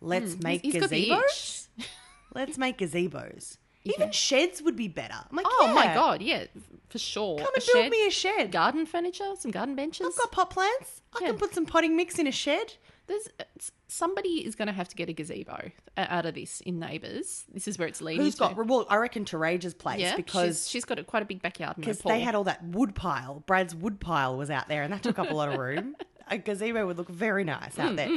Let's make Hmm. He's got the gazebos. itch. Let's make gazebos. Even sheds would be better. I'm like, Oh my yeah, god, yeah, for sure. Come A and build shed, me a shed. garden furniture, some garden benches. I've got pot plants. I Yeah. can put some potting mix in a shed. There's it's- somebody is going to have to get a gazebo uh, out of this in neighbours. This is where it's leading. Who's to. got well, I reckon Tarage's place yeah? she's, because she's got a, quite a big backyard. because Because they had all that wood pile. Brad's wood pile was out there, and that took up a lot of room. A gazebo would look very nice Mm, out there.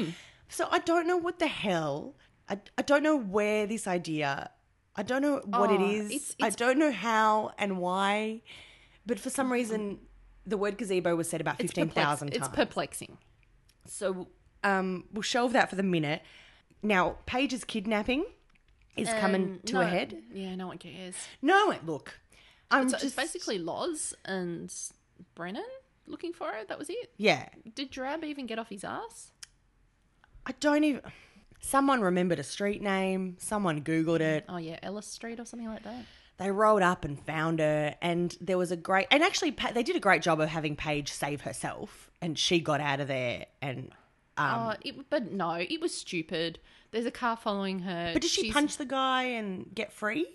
So I don't know what the hell. I, I don't know where this idea. I don't know what it Oh, is. it's- I it's- Mm. don't know how and why. But for some reason, the word gazebo was said about fifteen thousand times. It's perplexing. So um, we'll shelve that for the minute. Now, Paige's kidnapping is coming Um, to no- a head. Yeah, no one cares. No, look, I'm So it's just basically Loz and Brennan looking for it. That was it. yeah. Did Drab even get off his ass? I don't even. Someone remembered a street name. Someone Googled it. Oh yeah, Ellis Street or something like that. They rolled up and found her, and there was a great. And actually, Pa- they did a great job of having Paige save herself, and she got out of there. And um, Uh, it, but no, it was stupid. There's a car following her. but did she She's- punch the guy and get free?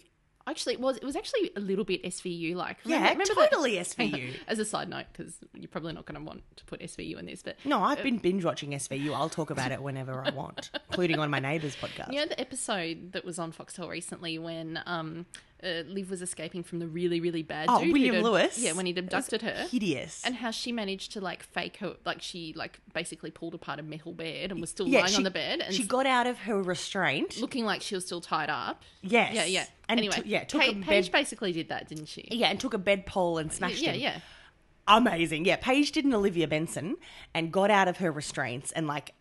Actually, it was it was actually a little bit SVU like. Yeah, that- totally SVU. As a side note, because you're probably not going to want to put SVU in this, but No, I've been binge watching SVU. I'll talk about it whenever I want, including on my neighbour's podcast. you know the episode that was on Foxtel recently when um, uh, Liv was escaping from the really really bad Oh, dude who'd William ab- Lewis. Yeah, when he'd It was abducted her. Hideous. And how she managed to like fake her, like she like basically pulled apart a metal bed and was still lying on the bed and she s- got out of her restraint. looking like she was still tied up. Yes. Yeah, yeah. And anyway, took- yeah, took Pa- a Paige bed- basically did that, didn't she? yeah, and took a bed pole and smashed yeah, him. yeah. Amazing. Yeah, Paige did an Olivia Benson and got out of her restraints and like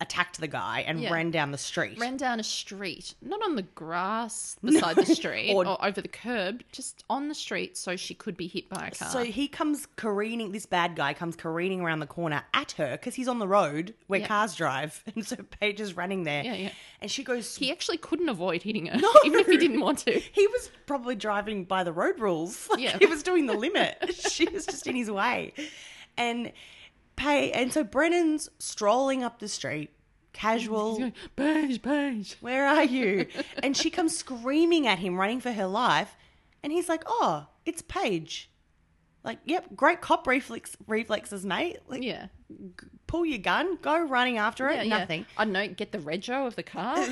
attacked the guy and Yeah. ran down the street. Ran down a street, not on the grass beside the street Or- or, over the curb, just on the street, so she could be hit by a car. so he comes careening, this bad guy comes careening around the corner at her because he's on the road where Yeah. cars drive. And so Paige is running there. Yeah, yeah. And she goes, he actually couldn't avoid hitting her, even if he didn't want to. He was probably driving by the road rules. Like, Yeah. He was doing the limit. she was just in his way. And pay and so Brennan's strolling up the street, casual, Paige, Paige. where are you? And she comes screaming at him, running for her life. And he's like, Oh, it's Paige. Like, yep, great cop reflex reflexes, mate. Like Yeah. pull your gun, go running after it. yeah, yeah. Nothing. I don't know, get the rego of the car.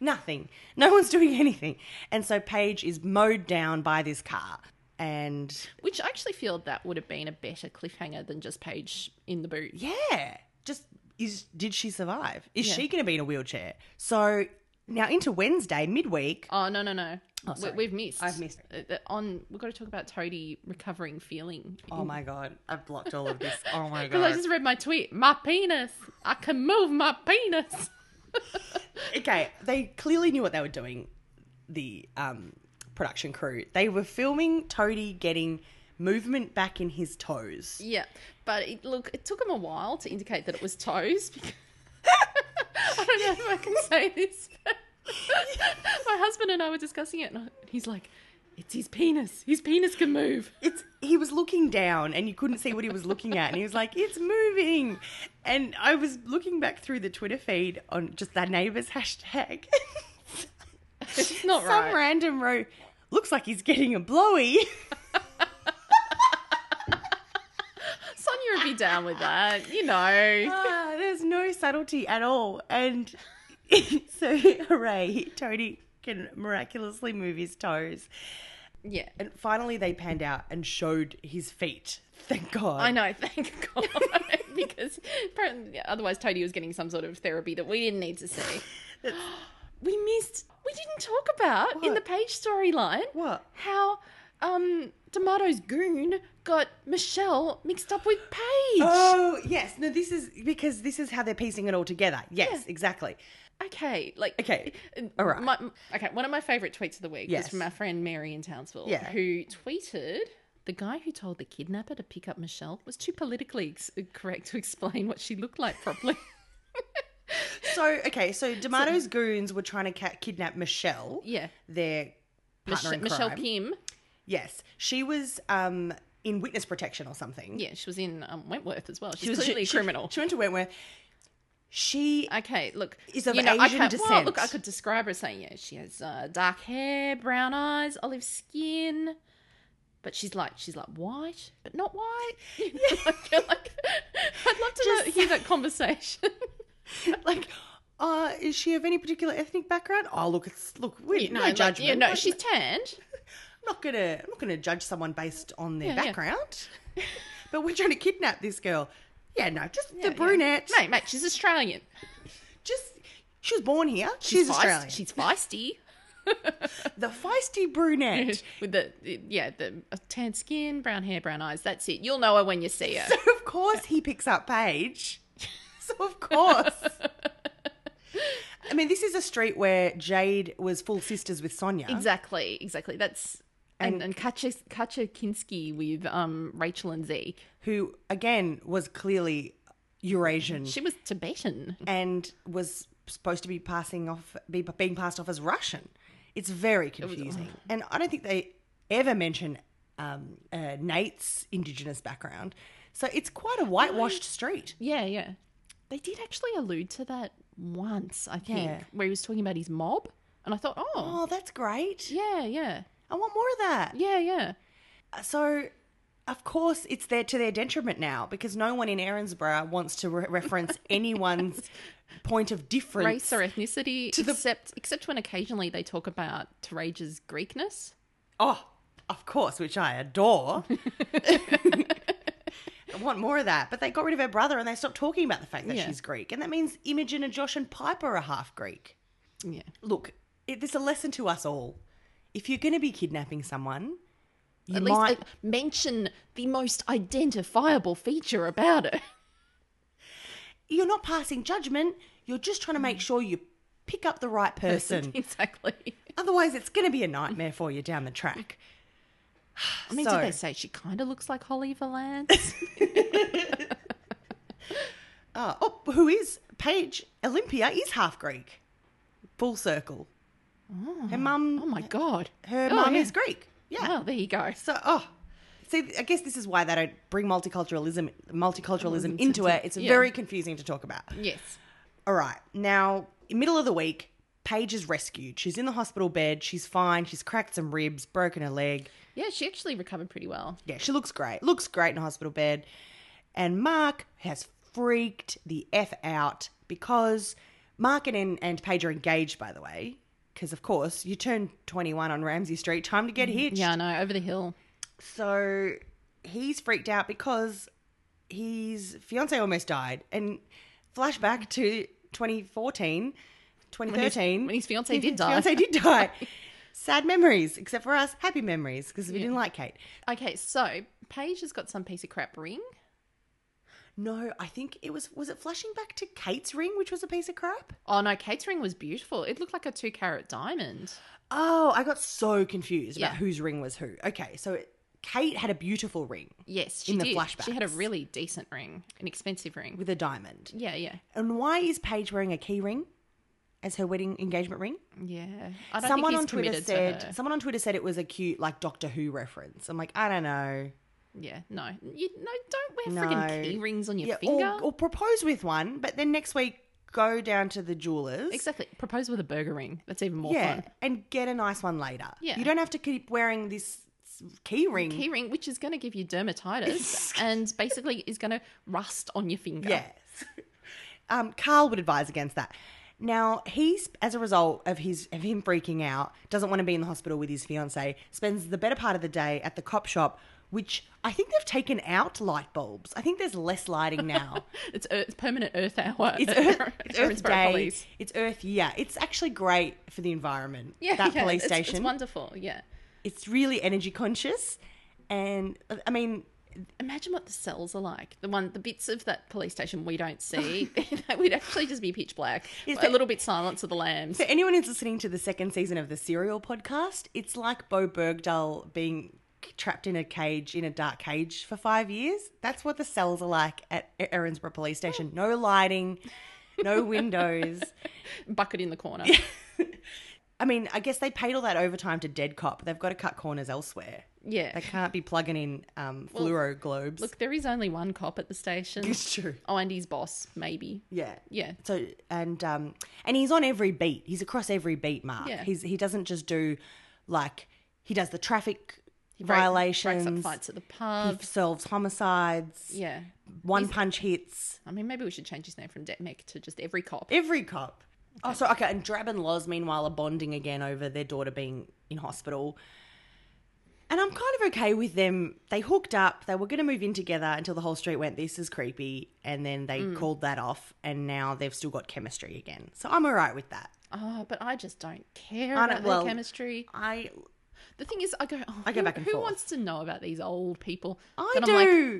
Nothing. No one's doing anything. And so Paige is mowed down by this car. and Which I actually feel that would have been a better cliffhanger than just Paige in the boot. yeah, just is did she survive? Is she going to be in a wheelchair? So now into Wednesday midweek. Oh no no no! we, sorry. we've missed. I've missed. Uh, uh, on. We've got to talk about Toadie recovering feeling. Oh my god, I've blocked all of this. Oh my Because I god. just read my tweet. My penis. I can move my penis. Okay, they clearly knew what they were doing. The um, production crew they were filming Toadie getting movement back in his toes. Yeah, but it, look, it took him a while to indicate that it was toes. Because... I don't know if I can say this. but my husband and I were discussing it, and I- he's like, "It's his penis. His penis can move." it's he was looking down and you couldn't see what he was looking at and he was like it's moving and i was looking back through the twitter feed on just that neighbor's hashtag It's not some right. random row looks like he's getting a blowy Sonia would be down with that, you know. Ah, there's no subtlety at all and so hooray tony can miraculously move his toes Yeah, and finally they panned out and showed his feet thank god I know. Thank God, because apparently, yeah, otherwise, Toadie was getting some sort of therapy that we didn't need to see. we missed. We didn't talk about in What? the page storyline what how um Tomato's goon got Michelle mixed up with Paige. Oh yes, no. This is because this is how they're piecing it all together. Yes, exactly. okay, like Okay, uh, all right. my- okay, one of my favorite tweets of the week Yes. was from our friend Mary in Townsville, Yeah. who tweeted. The guy who told the kidnapper to pick up Michelle was too politically ex- uh, correct to explain what she looked like properly. So okay, so D'Amato's goons were trying to ca- kidnap Michelle. yeah. their partner Mich- in Michelle crime. Kim. Yes, she was um in witness protection or something. Yeah, she was in um, Wentworth as well. She's she was clearly she- a criminal. She, went to Wentworth. She Okay, look, Is of you know, I Asian can't- Well, look, descent. I could describe her saying, yeah, she has uh, dark hair, brown eyes, olive skin, but she's like she's like white, but not white. I feel like I'd love to know, hear that conversation. like. Uh, is she of any particular ethnic background? Oh, look, it's look, we You no know, like, judgment. yeah, no, I'm she's tanned. not gonna, I'm not gonna judge someone based on their Yeah, yeah. background. but we're trying to kidnap this girl. Yeah, no, just the Yeah, yeah. brunette. mate, mate. She's Australian. just she was born here. She's, She's, feist- Australian. She's feisty. the feisty brunette. With the yeah, the uh, tan skin, brown hair, brown eyes. That's it. You'll know her when you see her. so of course he picks up Paige. So of course. I mean, this is a street where Jade was full sisters with Sonia. Exactly, exactly. That's and And- and Kacha Kacha Kinski with um Rachel and Z. Who again was clearly Eurasian She was Tibetan. and was supposed to be passing off be, being passed off as Russian. It's very confusing. and I don't think they ever mention um, uh, Nate's indigenous background. So it's quite a whitewashed street. Yeah, yeah. They did actually allude to that once, I think, Yeah. where he was talking about his mob, and I thought, oh, Oh, that's great. yeah, yeah, I want more of that. yeah, yeah. So, of course, it's their to their detriment now because no one in Erinsborough wants to re- reference anyone's point of difference. Race or ethnicity, except except when occasionally they talk about Tarage's Greekness. Oh, of course, which I adore. I want more of that. But they got rid of her brother and they stopped talking about the fact that Yeah. she's Greek. And that means Imogen and Josh and Piper are half Greek. Yeah, Look, it, there's a lesson to us all. If you're going to be kidnapping someone, you at least might. uh, mention the most identifiable feature about it. You're not passing judgment. You're just trying to make sure you pick up the right person. exactly. Otherwise, it's going to be a nightmare for you down the track. I mean, So- did they say she kind of looks like Holly Valance? Uh, oh, who is Paige Olympia is half Greek. Full circle. Her mum, oh my god, her Oh, mum yeah. is Greek. Yeah. Oh, there you go. So, oh, see, I guess this is why they don't bring multiculturalism multiculturalism into it. It's yeah. very confusing to talk about. Yes. All right, now middle of the week, Paige is rescued. She's in the hospital bed. She's fine. She's cracked some ribs, broken her leg. Yeah, she actually recovered pretty well. Yeah, she looks great. Looks great in a hospital bed. And Mark has freaked the F out because Mark and, and Paige are engaged, by the Mm, way. Because, of course, you turn 21 on Ramsey Street, time to get hitched. Yeah, I know. Over the hill. So he's freaked out because his fiance almost died. And flashback to 2014, 2013. when his fiancée his did die. Fiance did die. Sad memories, except for us, happy memories because we didn't like Kate. Okay, so Paige has got some piece of crap ring. No, I think it was was it flashing back to Kate's ring, which was a piece of crap. Oh no, Kate's ring was beautiful. It looked like a two carat diamond. Oh, I got so confused Yeah. about whose ring was who. Okay, so it, Kate had a beautiful ring Yes, she In the did. She had a flashbacks. really decent ring, an expensive ring. with a diamond. yeah, yeah, And why is Paige wearing a key ring as her wedding engagement ring? yeah. I don't Someone think he's on Twitter committed to her. said someone on Twitter said it was a cute like Doctor Who reference. I'm like, I don't know. Yeah, no, you no, don't No. wear friggin' key rings on your Yeah, finger. Or, or propose with one, but then next week go down to the jewelers. Exactly. Propose with a burger ring. That's even more Yeah, fun. and get a nice one later. Yeah. You don't have to keep wearing this key ring. Key ring, which is going to give you dermatitis and basically is going to rust on your finger. Yes. um, Carl would advise against that. Now he's, as a result of his of him freaking out, doesn't want to be in the hospital with his fiance. Spends the better part of the day at the cop shop, which I think they've taken out light bulbs. I think there's less lighting now. It's, earth, it's permanent Earth Hour. It's at Earth, Aero- it's Aero Earth Inspire Day. Police. It's Earth Year. It's actually great for the environment. Yeah, that yeah, police it's- station. It's wonderful. Yeah. it's really energy conscious, and uh, I mean, Imagine what the cells are like. The one, the bits of that police station we don't see. that would actually just be pitch black. Is a that- little bit Silence of the Lambs. For anyone who's listening to the second season of the Serial podcast, it's like Bo Bergdahl being trapped in a cage, in a dark cage for five years. That's what the cells are like at E-, Erinsborough Police Station. No lighting, no windows. Bucket in the corner. I mean, I guess they paid all that overtime to Dead Cop. They've got to cut corners elsewhere. Yeah. They can't be plugging in um, fluoro globes. Look, there is only one cop at the station. it's true. Oh, and his boss, maybe. Yeah. Yeah. So and um and he's on every beat. He's across every beat, Mark. Yeah. He's he doesn't just do like he does the traffic Break- violations. Breaks up fights at the he pub. solves homicides, Yeah. one punch hits. I mean, maybe we should change his name from Detmec to just Every Cop. Every cop. Oh, so okay. And Drab and Loz, meanwhile, are bonding again over their daughter being in hospital. And I'm kind of okay with them. They hooked up. They were going to move in together until the whole street went, this is creepy. And then they Mm. called that off. And now they've still got chemistry again. So I'm all right with that. Oh, but I just don't care I about don't- their well- chemistry. I The thing is, I go. Oh, I go who, back and Who forth. wants to know about these old people? I But do.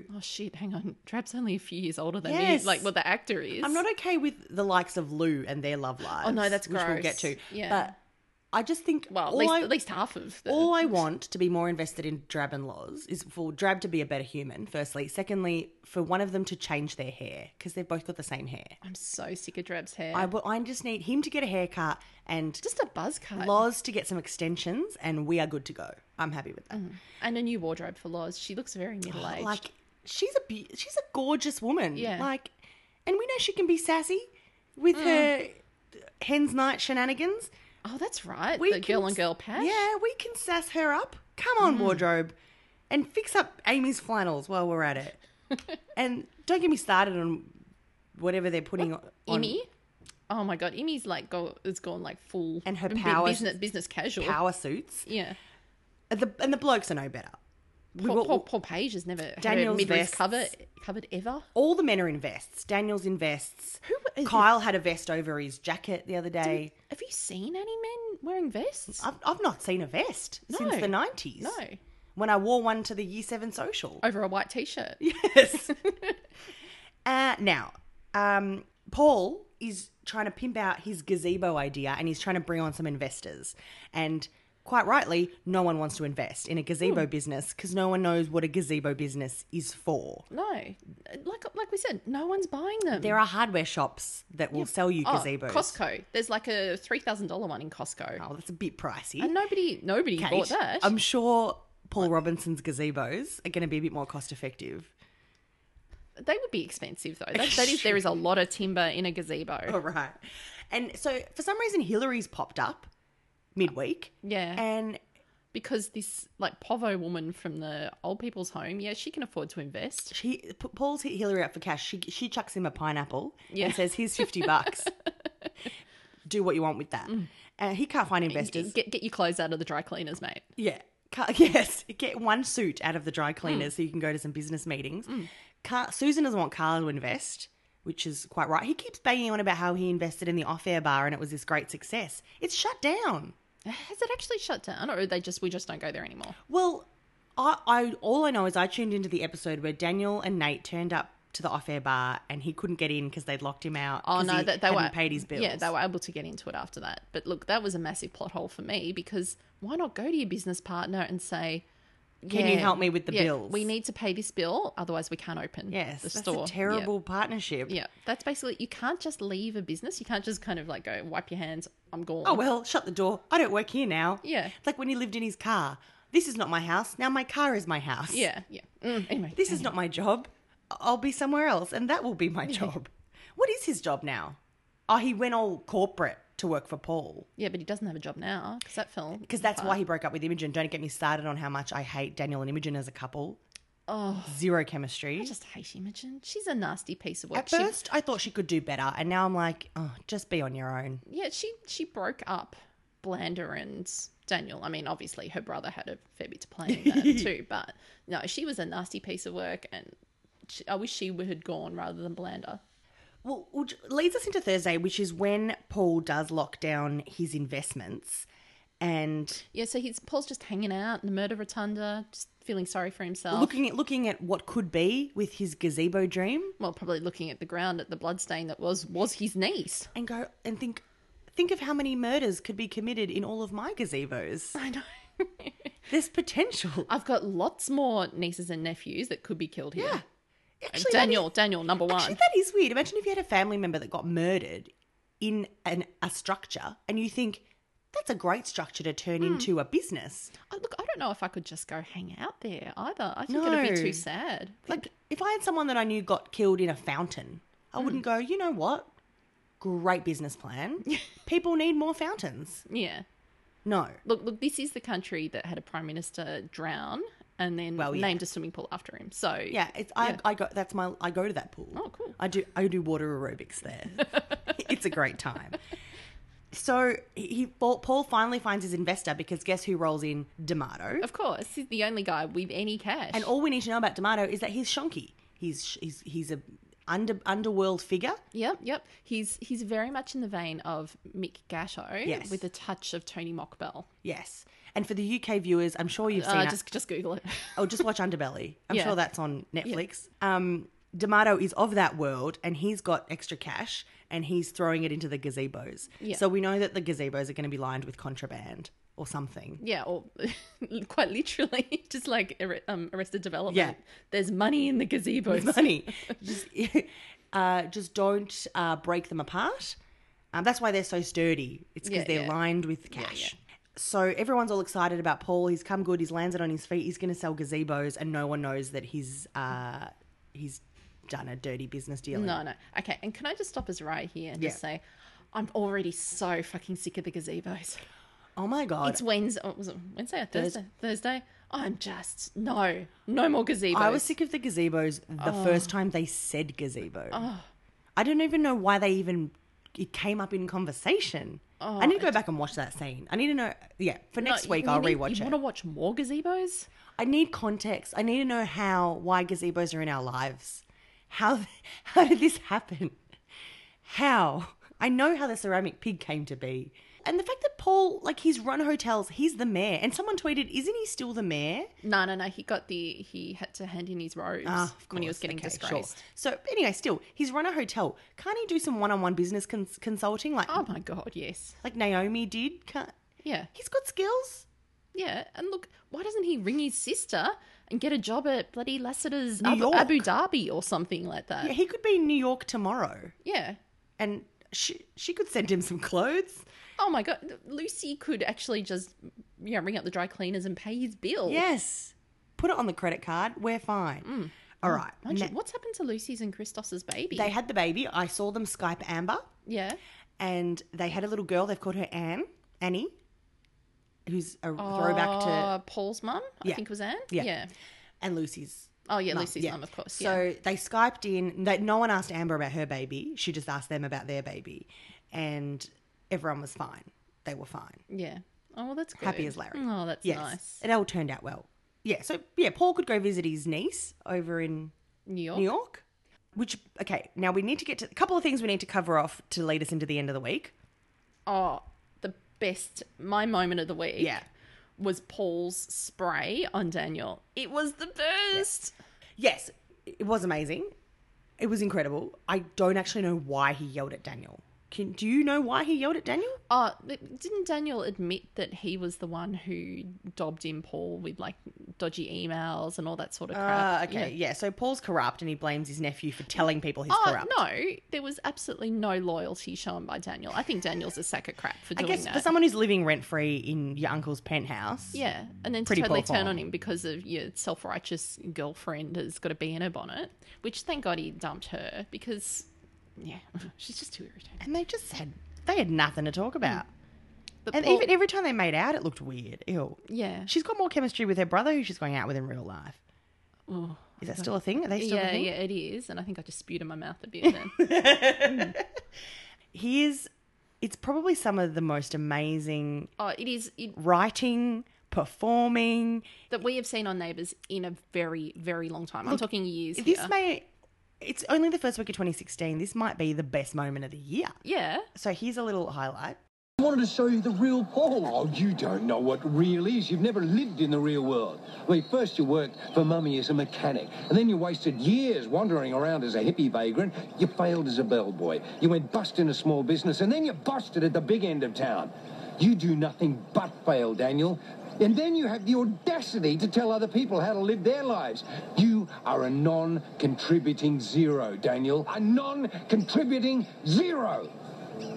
like, oh shit! Hang on, Drab's only a few years older than Yes. me. Like, well, the actor is. I'm not okay with the likes of Lou and their love lives. Oh, no, that's which We'll get gross. to. Yeah. But I just think Well, at all least, I- at least half of. The, all I want to be more invested in Drab and Laws is for Drab to be a better human, firstly. Secondly, for one of them to change their hair because they've both got the same hair. I'm so sick of Drab's hair. I, well, I just need him to get a haircut and just a buzz cut Laws to get some extensions, and we are good to go. I'm happy with that. and a new wardrobe for Loz. She looks very middle aged. Like, she's a be- she's a gorgeous woman. Yeah. Mm. Like, and we know she can be sassy with her hen's night shenanigans. oh, that's right. We the can girl on s- girl patch. Mm. Yeah, we can sass her up. Come on, wardrobe, and fix up Amy's flannels while we're at it. and don't get me started on whatever they're putting on Imi. Oh my god, Imi's like go has gone like full And her bu- power- business business casual. power suits. Yeah. And the, and the blokes are no better. We Paul, got- Paul, Paul Page has never Daniel's Daniel's had a midriff vests. cover covered ever. all the men are in vests. Daniel's in vests. Who is- Kyle had a vest over his jacket the other day. Have you seen any men wearing vests? I've, I've not seen a vest since No. the nineties. No, when I wore one to the Year Seven social. over a white t-shirt. Yes. uh, now, um, Paul is trying to pimp out his gazebo idea and he's trying to bring on some investors. And quite rightly, no one wants to invest in a Hmm. gazebo business because no one knows what a gazebo business is for. No, like like we said, no one's buying them. There are hardware shops that will sell you Oh, gazebos. Costco. There's like a three thousand dollar one in Costco, Oh, that's a bit pricey. and nobody nobody Kate, bought that. I'm sure Paul Robinson's gazebos are going to be a bit more cost effective. they would be expensive though. That, that is, there is a lot of timber in a gazebo. All right. And so for some reason, Hillary's popped up midweek. Yeah. And because this like povo woman from the old people's home, yeah, she can afford to invest. she P- Paul's hit Hillary up for cash. She she chucks him a pineapple Yeah. and says, "Here's fifty bucks. Do what you want with that." And he can't find investors. Get get your clothes out of the dry cleaners, mate. yeah. Ca- yes, get one suit out of the dry cleaners so you can go to some business meetings. Car- Susan doesn't want Carla to invest, which is quite right. He keeps banging on about how he invested in the off air bar and it was this great success. It's shut down. Has it actually shut down, or they just we just don't go there anymore? Well, I, I all I know is I tuned into the episode where Daniel and Nate turned up to the off-air bar and he couldn't get in because they'd locked him out. Oh 'cause no, he that they hadn't were paid his bills. Yeah, they were able to get into it after that. But look, that was a massive plot hole for me because why not go to your business partner and say, Can you "Yeah, help me with the yeah, bills?" We need to pay this bill, otherwise we can't open. yes, the that's store. a Yeah. terrible partnership. Yeah, that's basically you can't just leave a business. You can't just kind of like go wipe your hands. I'm gone. Oh well, shut the door. I don't work here now. Yeah. It's like when he lived in his car. This is not my house. Now my car is my house. yeah, yeah. Mm, anyway, This is not my job. I- I'll be somewhere else and that will be my job. What is his job now? Oh, he went all corporate to work for Paul. yeah, but he doesn't have a job now because that fell. Because that's why he broke up with Imogen. Don't get me started on how much I hate Daniel and Imogen as a couple. Oh, Zero chemistry. I just hate Imogen. She's a nasty piece of work. At She- first, I thought she could do better, and now I'm like, oh, just be on your own. yeah, she she broke up Blander and Daniel. I mean, obviously her brother had a fair bit to play in that too, but no, she was a nasty piece of work, and she, I wish she would had gone rather than Blander. Well, which leads us into Thursday, which is when Paul does lock down his investments, and Yeah, so he's Paul's just hanging out in the murder rotunda, just feeling sorry for himself. looking at looking at what could be with his gazebo dream, well, probably looking at the ground at the bloodstain that was was his niece. and go and think, think of how many murders could be committed in all of my gazebos. I know. There's potential. I've got lots more nieces and nephews that could be killed here. Yeah. Actually, that Daniel, Daniel, number one. Actually, that is weird. Imagine if you had a family member that got murdered in an, a structure, and you think that's a great structure to turn Hmm. into a business. Oh, Look, I don't know if I could just go hang out there either. I think it'd be No. too sad. Like, if I had someone that I knew got killed in a fountain, I Hmm. wouldn't go. You know what? Great business plan. People need more fountains. Yeah. No. Look, look, this is the country that had a prime minister drown and then Well, yeah. named a swimming pool after him. So Yeah, it's I, I go. That's my. I go to that pool. Oh, cool. I do. I do water aerobics there. it's a great time. So he- he Paul finally finds his investor because guess who rolls in? D'Amato. of course, he's the only guy with any cash. And all we need to know about D'Amato is that he's shonky. He's he's he's a under underworld figure. Yep, yep. He's he's very much in the vein of Mick Gatto Yes. with a touch of Tony Mockbell. Yes. And for the UK viewers, I'm sure you've seen Uh, it. just just Google it. Oh, just watch Underbelly. I'm Yeah. sure that's on Netflix. Um, D'Amato is of that world, and he's got extra cash, and he's throwing it into the gazebos. Yeah. So we know that the gazebos are going to be lined with contraband or something. yeah, or quite literally, just like Arre- um, Arrested Development. Yeah. There's money in the gazebo. Funny. just, uh, just don't uh, break them apart. Um, that's why they're so sturdy. It's because Yeah, they're yeah. lined with cash. So everyone's all excited about Paul. He's come good. He's landed on his feet. He's going to sell gazebos, and no one knows that he's uh, he's done a dirty business deal. No, no. Okay, and can I just stop us right here and just Yeah. say, I'm already so fucking sick of the gazebos. Oh my god! It's Wednesday. oh, Was it Wednesday or Thursday? Thursday. I'm just no, no more gazebos. I was sick of the gazebos the Oh. first time they said gazebo. I don't even know why they even it came up in conversation. I need to go back and watch that scene. I need to know. Yeah, for Oh, No, next you- week you I'll need- rewatch You it. want to watch more gazebos? I need context. I need to know how why gazebos are in our lives. How how did this happen? How I know how the ceramic pig came to be, and the fact that Paul like he's run hotels. He's the mayor, and someone tweeted, "Isn't he still the mayor?" No, no, no. He got the. He had to hand in his robes Ah, of when he was course. getting Okay, sure. disgraced. So anyway, still, he's run a hotel. Can't he do some one-on-one business cons- consulting like Oh my god, yes. like Naomi did? Can't... Yeah, He's got skills. yeah. And look, why doesn't he ring his sister and get a job at bloody Lassiter's New Abu, York. Abu Dhabi or something like that? Yeah, he could be in New York tomorrow, yeah. and she she could send him some clothes. Oh my god, Lucy could actually just you know ring up the dry cleaners and pay his bill. Yes, put it on the credit card. We're fine. All right. Mm. Oh, Mind you, Na- what's happened to Lucy's and Christos's baby? they had the baby. I saw them Skype Amber, yeah. and they had a little girl. They've called her Anne, Annie, who's a throwback to Uh, Paul's mum, Yeah. I think it was Anne. Yeah. and Lucy's Oh yeah, mum, Lucy's yeah. mum, of course. So yeah. they skyped in. That no one asked Amber about her baby. She just asked them about their baby, and everyone was fine. They were fine. yeah. Oh, well, that's good. Happy as Larry. Oh, that's yes, nice. it all turned out well. Yeah, so yeah, Paul could go visit his niece over in New York. New York. Which okay, now we need to get to a couple of things we need to cover off to lead us into the end of the week. Oh, the best. My moment of the week. Yeah. Was Paul's spray on Daniel. It was the best. Yes, it was amazing. It was incredible. I don't actually know why he yelled at Daniel. Can, do you know why he yelled at Daniel? Oh, but didn't Daniel admit that he was the one who dobbed in Paul with like dodgy emails and all that sort of crap? Ah, okay, Yeah. yeah. So Paul's corrupt and he blames his nephew for telling people he's Oh, corrupt. no. There was absolutely no loyalty shown by Daniel. I think Daniel's a sack of crap for I doing guess that. for someone who's living rent free in your uncle's penthouse. Yeah, and then to Pretty totally poor turn on form. him because of your self-righteous girlfriend has got a bee in her bonnet, which thank God he dumped her because, yeah, she's just too irritating. And they just had they had nothing to talk about. But And Paul- even every time they made out, it looked weird. Ew. yeah, She's got more chemistry with her brother, who she's going out with in real life. Oh. Is that still a thing? Are they still a yeah, thing? yeah, it is, and I think I just spewed in my mouth a bit. Then. He is. It's probably some of the most amazing oh, it is it, writing, performing. that we have seen on Neighbours in a very, very long time. I'm talking years. This here. may. It's only the first week of 2016. This might be the best moment of the year. yeah, So here's a little highlight. I wanted to show you the real Paul. Oh, you don't know what real is. You've never lived in the real world. Well, first you worked for Mummy as a mechanic, and then you wasted years wandering around as a hippie vagrant. You failed as a bellboy. You went bust in a small business, and then you busted at the big end of town. You do nothing but fail, Daniel. And then you have the audacity to tell other people how to live their lives. You are a non-contributing zero, Daniel. A non-contributing zero.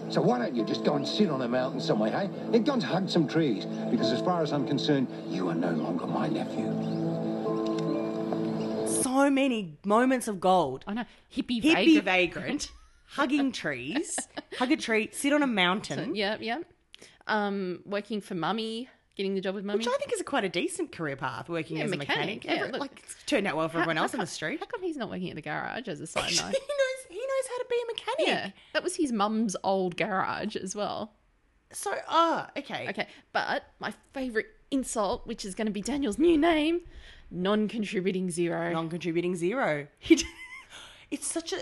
So why don't you just go and sit on a mountain somewhere, hey? And go and hug some trees. Because as far as I'm concerned, you are no longer my nephew. So many moments of gold. I know. Hippie, Hippie vagrant. vagrant, hugging trees, hug a tree, sit on a mountain, Yeah, yeah. Um, working for Mummy, getting the job with Mummy. which I think is a quite a decent career path. Working as a mechanic, mechanic, yeah, Every- look. like it's turned out well for everyone else on the street. How come he's not working at the garage as a side he note? knows he knows how to be a mechanic. Yeah, that was his mum's old garage as well. So ah, okay. Okay, but my favourite insult, which is going to be Daniel's new name, non-contributing zero. Non-contributing zero. He d- it's such a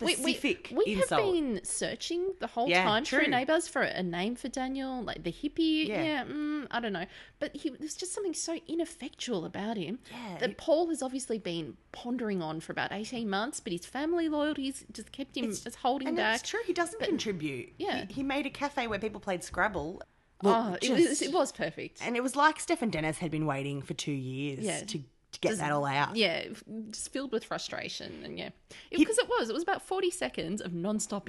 we, we, specific we have insult. been searching the whole Yeah, time through true. neighbours for a name for Daniel, like the hippie. Yeah. Yeah, mm, I don't know, but he there's just something so ineffectual about him Yeah, that it- Paul has obiously been pondering on for about eighteen months. But his family loyalties just kept him, just holding and back. it's true. He doesn't contribute. yeah. He, he made a cafe where people played Scrabble. Oh, Look, it, was, just- it was perfect. and it was like Stephen Dennis had been waiting for two years Yeah. to, to get that all out. yeah, f- just filled with frustration and yeah, because it, was it was about forty seconds of non-stop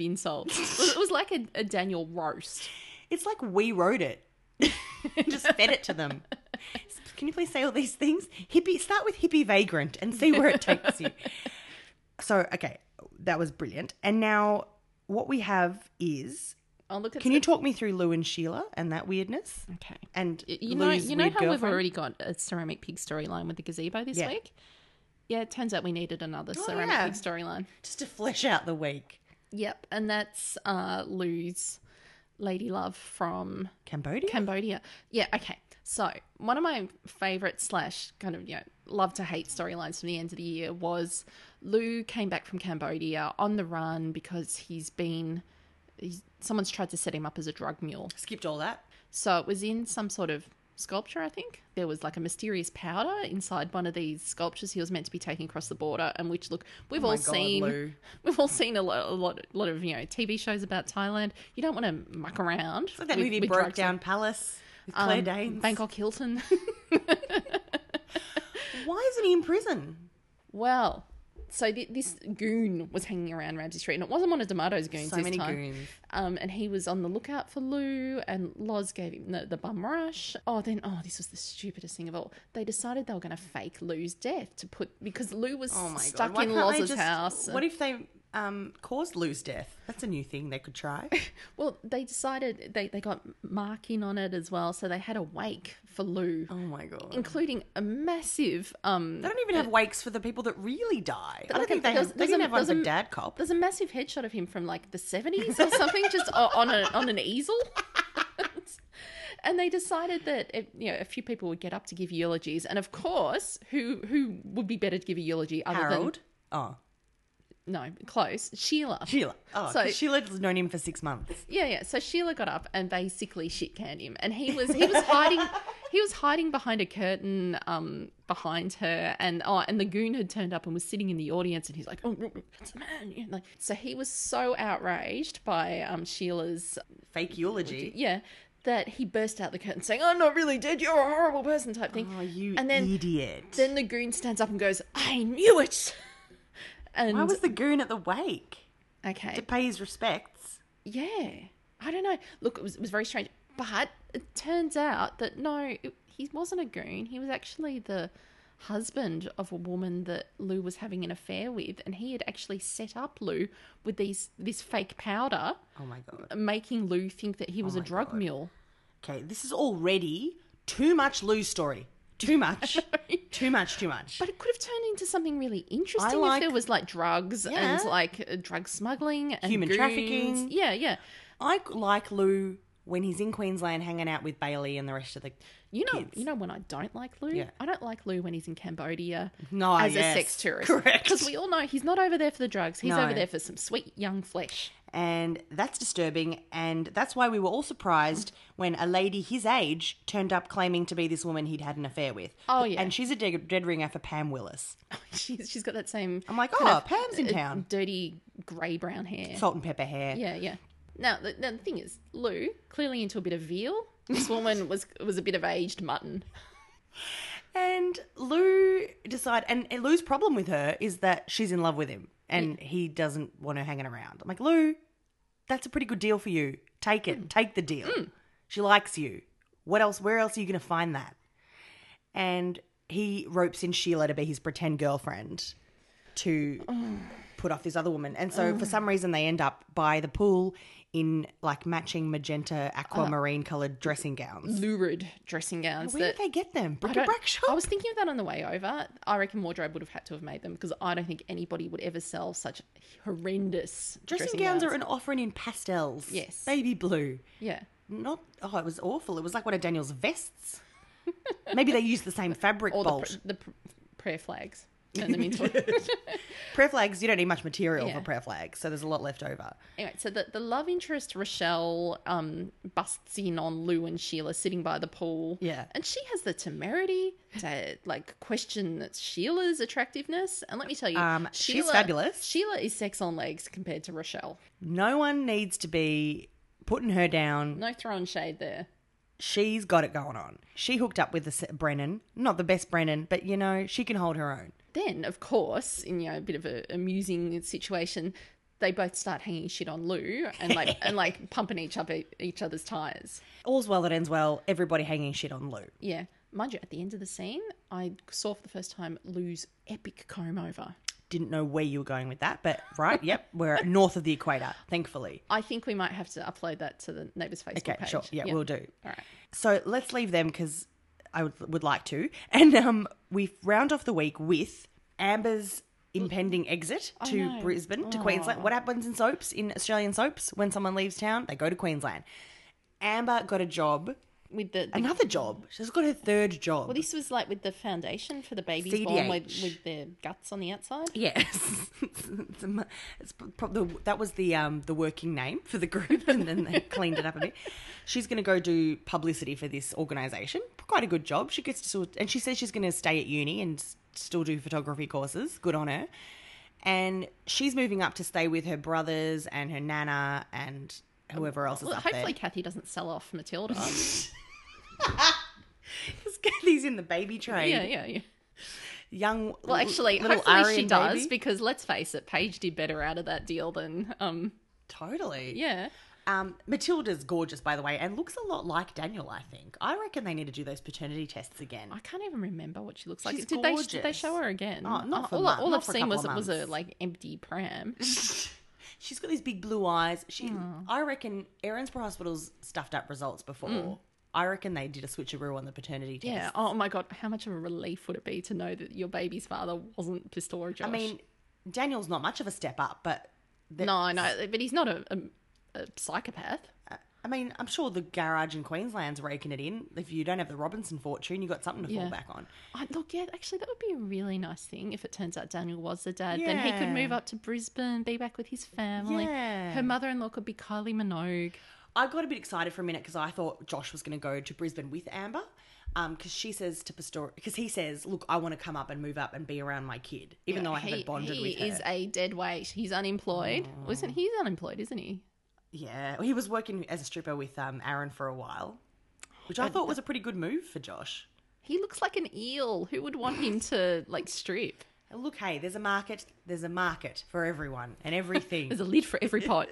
insults. it, was, it was like a, a Daniel roast. It's like we wrote it. Just fed it to them. Can you please say all these things? Hippie start with hippie vagrant and see where it takes you. So, okay, that was brilliant. And now what we have is Oh look, it's can you talk me through Lou and Sheila and that weirdness? okay? And Y- You know, Lou's you know weird how we've girlfriend? already got a ceramic pig storyline with the gazebo this Yeah. Oh, week. Yeah, it turns out we needed another ceramic yeah. pig storyline. just to flesh out the week. Yep, and that's uh, Lou's lady love from Cambodia? Cambodia. Yeah, okay. So one of my favorite slash kind of you know love to hate storylines from the end of the year was Lou came back from Cambodia on the run because he's been he's, someone's tried to set him up as a drug mule. Skipped all that. So it was in some sort of sculpture, I think. There was like a mysterious powder inside one of these sculptures he was meant to be taking across the border, and which look we've all Oh God, seen. Lou. We've all seen a lot, a lot, lot of you know TV shows about Thailand. You don't want to muck around. It's like that with- movie with Broke drugs and- Down Palace with Claire um, Danes. Bangkok Hilton. Why isn't he in prison? well, so th- this goon was hanging around Ramsey Street, and it wasn't one of D'Amato's goons So this many time. goons. Um, and he was on the lookout for Lou, and Loz gave him the, the bum rush. Oh, then oh, this was the stupidest thing of all. They decided they were going to fake Lou's death to put because Lou was Oh my stuck god! Why in can't they Loz's just- house. What if they um, caused Lou's death? That's a new thing they could try. Well, they decided they, they got Mark in on it as well, so they had a wake for Lou, oh my god! including a massive um They don't even have wakes for the people that really die. I don't like think a- they there's- have. They there's didn't a- have one there's for a- Dad Cop. There's a massive headshot of him from like the 70s or something, just o- on a on an easel. and they decided that eh, you know a few people would get up to give eulogies, and of course, who who would be better to give a eulogy other Harold. Oh, than no close Sheila? Sheila. Oh, So- so, Sheila's known him for six months. Yeah, yeah. So Sheila got up and basically shit canned him, and he was he was hiding he was hiding behind a curtain um behind her, and oh, and the goon had turned up and was sitting in the audience, and he's like, oh, that's a man, you know, like so he was so outraged by um Sheila's Fake eulogy. yeah that he burst out the curtain saying, "I'm not really dead. You're a horrible person," type thing. Oh, you and then idiot. then the goon stands up and goes, "I knew it." And Eh. Why was the goon at the wake? okay, To pay his respects. Yeah. I don't know. Look, it was, it was very strange. But it turns out that no, it- he wasn't a goon. He was actually the husband of a woman that Lou was having an affair with. And he had actually set up Lou with these this fake powder, Oh my god. making Lou think that Oh he was a drug mule. Okay, this is already too much Lou's story. Too much. too much, too much. But it could have turned into something really interesting if like- there was like drugs Yeah. and like uh, drug smuggling and Human goons. trafficking. Yeah, yeah. I like Lou when he's in Queensland hanging out with Bailey and the rest of the. You know, kids. you know when I don't like Lou. Yeah. I don't like Lou when he's in Cambodia No, as yes. a sex tourist. Correct. Because we all know he's not over there for the drugs. He's No. over there for some sweet young flesh. And that's disturbing. And that's why we were all surprised when a lady his age turned up claiming to be this woman he'd had an affair with. Oh, yeah. And she's a dead, dead ringer for Pam Willis. she's she's got that same. I'm like, kind "Oh, of, Pam's in uh, town." Dirty grey brown hair. Salt and pepper hair. Yeah, yeah. Now the, now the thing is, Lou clearly into a bit of veal. This woman was was a bit of aged mutton. And Lou decide, and and Lou's problem with her is that she's in love with him, and he doesn't want her hanging around. I'm like, Lou, that's a pretty good deal for you. Take Mm. it. Take the deal. She likes you. What else? Where else are you going to find that? And he ropes in Sheila to be his pretend girlfriend to put off this other woman. And so for some reason they end up by the pool in like matching magenta Oh. aquamarine colored dressing gowns. Lurid dressing gowns. Where that, did they get them? I Brick don't- and brack shop. I was thinking of that on the way over. I reckon Wardrobe would have had to have made them because I don't think anybody would ever sell such horrendous Dressing, gowns, are an offering in pastels. Yes. Baby blue. yeah. Not, oh, it was awful. It was like one of Daniel's vests. Maybe they used the same fabric Or the, bolt. pr- the pr- prayer flags. Turn them into. prayer flags, you don't need much material Yeah. for prayer flags, so there's a lot left over. anyway, so the, the love interest Rochelle um, busts in on Lou and Sheila sitting by the pool. Yeah. and she has the temerity to like question Sheila's attractiveness. And let me tell you, Um, she's fabulous. Sheila is sex on legs compared to Rochelle. No one needs to be putting her down. No throwing shade there. She's got it going on. She hooked up with the s- Brennan. Not the best Brennan, but you know, she can hold her own. Then, of course, in you know a bit of a amusing situation, they both start hanging shit on Lou and like and like pumping each other each other's tires. All's well that ends well. Everybody hanging shit on Lou. Yeah, mind you, at the end of the scene, I saw for the first time Lou's epic comb over. Didn't know where you were going with that, but right, yep, we're north of the equator, thankfully. I think we might have to upload that to the neighbours Facebook Okay, page. sure. Yeah, we'll do. All right. So let's leave them because I would, would like to. And um, we round off the week with Amber's impending exit to know. Brisbane, to Queensland. What happens in soaps, in Australian soaps, when someone leaves town? They go to Queensland. Amber got a job, With the, the another job. She's got her third job. well, this was like with the foundation for the babies born with, CDH. with their guts on the outside. Yes, it's, a- it's probably, that was the um, the working name for the group, and then they cleaned it up a bit. She's going to go do publicity for this organisation. Quite a good job. She gets to, sort- and she says she's going to stay at uni and s- still do photography courses. Good on her. And she's moving up to stay with her brothers and her nana and whoever else is Well, up hopefully, there. Kathy doesn't sell off Matilda. Kathy's in the baby train. yeah, yeah, yeah. Young. Well, actually, little hopefully she Aryan does baby. because let's face it, Paige did better out of that deal than um totally. yeah. Um, Matilda's gorgeous, by the way, and looks a lot like Daniel. I think. I reckon they need to do those paternity tests again. I can't even remember what she looks like. She's did they did they gorgeous. show her again? Uh, Oh, not for all, mon- all not I've for a seen was couple of was a months. like empty pram. She's got these big blue eyes. She, Hmm. I reckon, Erinsborough Hospital's stuffed up results before. I reckon they did a switcheroo on the paternity test. Hmm. yeah. Oh my god, how much of a relief would it be to know that your baby's father wasn't Pistora Josh? I mean, Daniel's not much of a step up, but the- no, no, but he's not a, a, a psychopath. I mean, I'm sure the garage in Queensland's raking it in. If you don't have the Robinson fortune, you got something to Yeah. fall back on. I, look, yeah, actually, that would be a really nice thing if it turns out Daniel was the dad. Then he could Yeah. move up to Brisbane, be back with his family. Yeah. Her mother in law could be Kylie Minogue. I got a bit excited for a minute because I thought Josh was going to go to Brisbane with Amber, because she says to Pastor, because he says, "Look, I want to come up and move up and be around my kid, even though I haven't bonded he with her." is a dead weight. He's unemployed. Wasn't he's unemployed, isn't he? yeah, he was working as a stripper with um, Aaron for a while, which I thought was a pretty good move for Josh. He looks like an eel. Who would want him to like strip? And Look, hey, there's a market. There's a market for everyone and everything. There's a lid for every pot.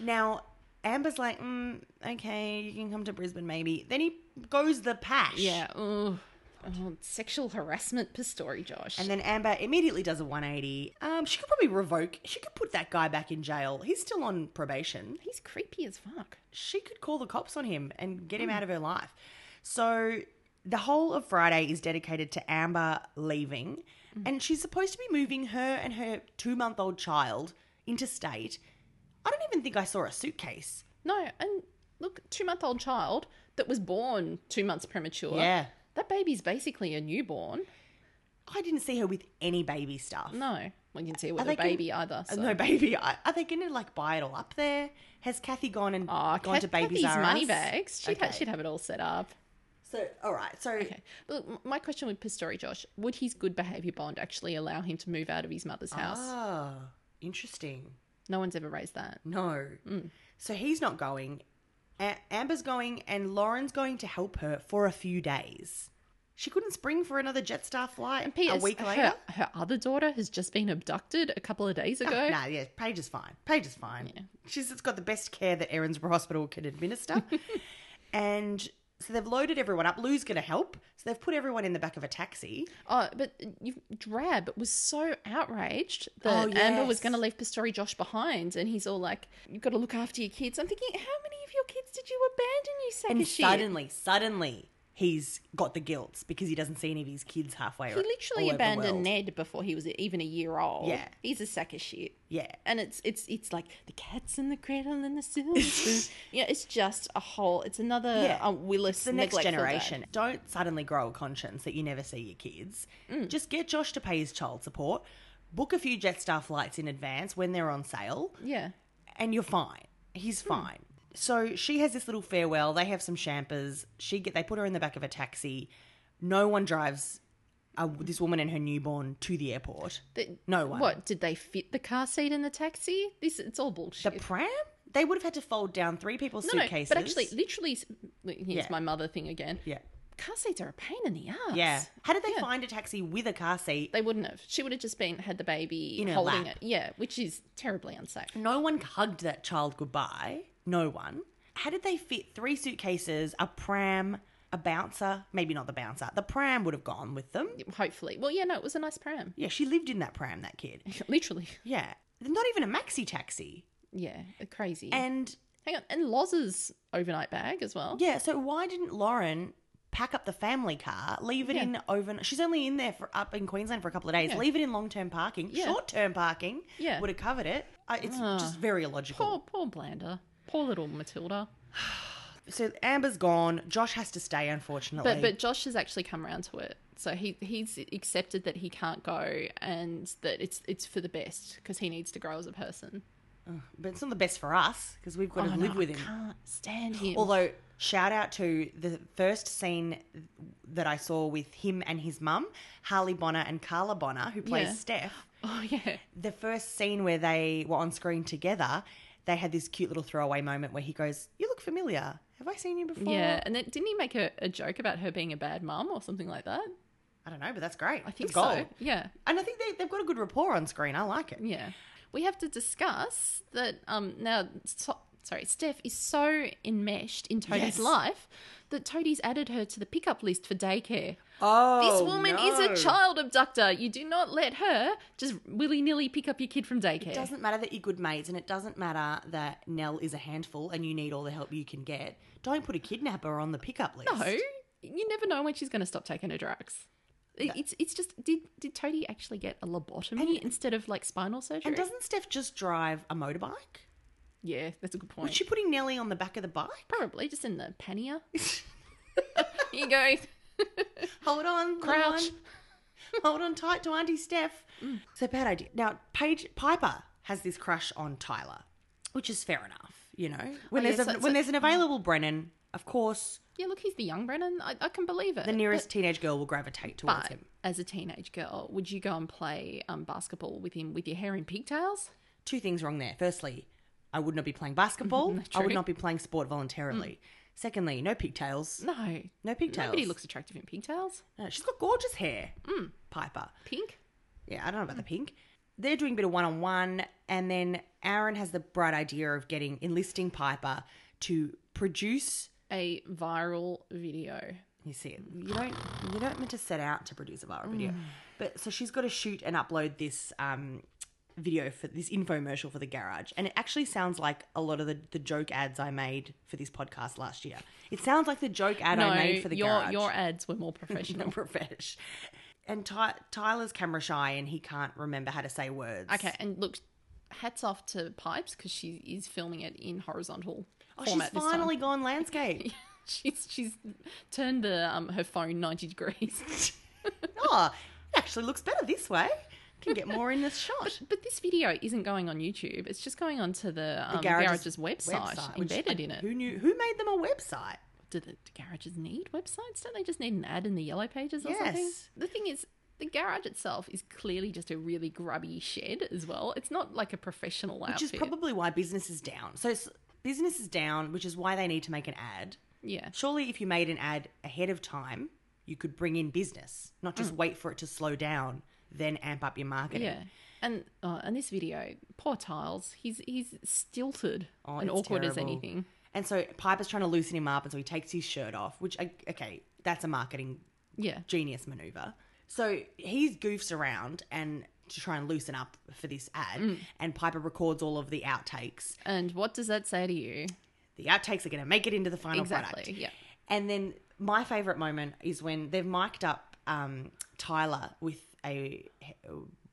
Now, Amber's like, mm, okay, you can come to Brisbane maybe. Then he goes the pash. yeah. ooh. Oh, sexual harassment per story, Josh. And then Amber immediately does a 180. Um, she could probably revoke, she could put that guy back in jail. He's still on probation. he's creepy as fuck. She could call the cops on him and get him out of her life. So the whole of Friday is dedicated to Amber leaving, and she's supposed to be moving her and her two month old child interstate. I don't even think I saw a suitcase. No, and look, two month old child that was born two months premature. Yeah. That baby's basically a newborn. I didn't see her with any baby stuff. No. Well, you didn't see it with Are a they gonna- uh, baby either. So. No baby. Are are they going to like buy it all up there? Has Kathy gone and Oh, gone to babies? R Us? money bags. She'd, ha- Okay. she'd have it all set up. So all right. So Okay. But m- my question with Pistori, Josh, would his good behaviour bond actually allow him to move out of his mother's house? ah, interesting. No one's ever raised that. No. Mm. So he's not going. A- Amber's going, and Lauren's going to help her for a few days. She couldn't spring for another Jetstar flight And P.S., a week her- later. Oh, her other daughter has just been abducted a couple of days ago. Nah, yeah, Paige is fine. Paige is fine. She's it's got the best care that Erin's Hospital can administer. and so they've loaded everyone up. Lou's going to help. So they've put everyone in the back of a taxi. Oh, but you, Drab was so outraged that Oh, Amber was yes. going to leave Pistori Josh behind, and he's all like, "You've got to look after your kids." I'm thinking, how many of your kids did you abandon? You sack And of shit. suddenly, suddenly, he's got the guilt because he doesn't see any of his kids halfway. he literally abandoned Ned. Ned before he was even a year old. Yeah. he's a sack of shit. Yeah. and it's it's it's like the cats in the cradle and the silver spoon. yeah, it's just a whole. It's another Yeah. um, Willis. It's the next neglectful dad. generation. Don't suddenly grow a conscience that you never see your kids. Mm. Just get Josh to pay his child support. Book a few Jetstar flights in advance when they're on sale. Yeah. and you're fine. He's Hmm. fine. So she has this little farewell. They have some champers. She get they put her in the back of a taxi. No one drives uh, this woman and her newborn to the airport. The- No one. What did they fit the car seat in the taxi? This it's all The bullshit. pram? They would have had to fold down three people's suitcases. but actually, literally, s- here's Yeah. my mother thing again. yeah, Car seats are a pain in the ass. yeah. How did they find a taxi with a car seat? They wouldn't have. She would have just been had the baby In her holding lap. it. Yeah, which is terribly unsafe. No one hugged that child goodbye. No one. How did they fit three suitcases, a pram, a bouncer? Maybe not the bouncer. The pram would have gone with them. Hopefully, well, yeah, no, it was a nice pram. Yeah, she lived in that pram. That kid. Literally, Yeah. Not even a maxi taxi. yeah, crazy. And Hang on, and Loz's overnight bag as well. yeah, so why didn't Lauren pack up the family car, leave it Yeah. in over she's only in there for up in Queensland for a couple of days. Leave it in long term parking. Yeah. Short term parking Yeah. Ah. would have covered it. I it's just very illogical. Poor, poor Blander. Poor little Matilda. So Amber's gone. Josh has to stay, unfortunately. But but Josh has actually come around to it. So he he's accepted that he can't go and that it's it's for the best because he needs to grow as a person. But it's not the best for us because we've got to Oh, no, live with I him. Can't stand him. Although, shout out to the first scene that I saw with him and his mum, Harley Bonner and Carla Bonner, who plays Yeah. Steph. oh yeah. the first scene where they were on screen together, they had this cute little throwaway moment where he goes, "You look familiar. Have I seen you before?" Yeah, and then didn't he make a, a joke about her being a bad mum or something like that? I don't know, but that's great. I think it's so. gold. Yeah, And I think they, they've got a good rapport on screen. I like it. yeah. We have to discuss that um now. So, sorry, Steph is so enmeshed in Yes. Toadie's life that Toadie's added her to the pickup list for daycare. Oh, This woman is a child abductor. You do not let her just willy nilly pick up your kid from daycare. It doesn't matter that you're good mates, and it doesn't matter that Nell is a handful and you need all the help you can get. Don't put a kidnapper on the pickup list. No, you never know when she's going to stop taking her drugs. It- It's it's just did did Toadie actually get a lobotomy instead of like spinal surgery? And doesn't Steph just drive a motorbike? Yeah, that's a good point. Was she putting Nellie on the back of the bike? Probably just in the pannier. Here you go. Hold on, Crouch. Mm. Hold on, hold on tight to Auntie Steph. So bad idea. Now, Paige Piper has this crush on Tyler, which is fair enough. You know, when Oh, yeah, there's a, so Mm. it's when a- there's an available Brennan, of course, Yeah, look, he's the young Brennan. I, I can believe it. the nearest teenage girl will gravitate towards Uh, But him. as a teenage girl, would you go and play um, basketball with him with your hair in pigtails? Two things wrong there. Firstly, I would not be playing basketball. I would True. not be playing sport voluntarily. Secondly, no pigtails. No. No pigtails. Nobody looks Mm. attractive in pigtails. No, she's got gorgeous hair. Piper. Pink? Yeah, I don't know Mm. about the pink. They're doing a bit of one on one, and then Aaron has the bright idea of getting enlisting Piper to produce. A viral video. You see, you don't you don't meant to set out to produce a viral video, Mm. but so she's got to shoot and upload this um, video for this infomercial for the garage, and it actually sounds like a lot of the, the joke ads I made for this podcast last year. It sounds like the joke ad no, I made for the your, garage. your ads were more professional. and profesh. And Ty- Tyler's camera shy, and he can't remember how to say words. Okay, and look, hats off to Pipes because she is filming it in horizontal Oh, she's format this time. finally gone landscape. She's she's turned the um her phone ninety degrees. oh, it actually looks better this way. Can get more in this shot. but this video isn't going on YouTube. It's just going onto the, um, garage's, website, which- embedded in it. Who knew? Who made them a website? Do the, do garages need websites? Don't they just need an ad in the yellow pages or something? Yes. The thing is, the garage itself is clearly just a really grubby shed as well. It's not like a professional outfit. Which is probably why business is down. So s- business is down, which is why they need to make an ad. yeah. Surely, if you made an ad ahead of time, you could bring in business, not just wait for it to slow down, then amp up your marketing. Mm. Yeah. And uh, and this video, poor Tiles, he's he's stilted Oh, and it's awkward as terrible. anything. And so Piper's trying to loosen him up, and so he takes his shirt off, which, I- okay, that's a marketing Yeah. genius maneuver. So he goofs around and to try and loosen up for this ad, Mm. and Piper records all of the outtakes. And what does that say to you? The outtakes are going to make it into the final Exactly. product. Yeah. And then my favorite moment is when they've mic'd up um, Tyler with a he-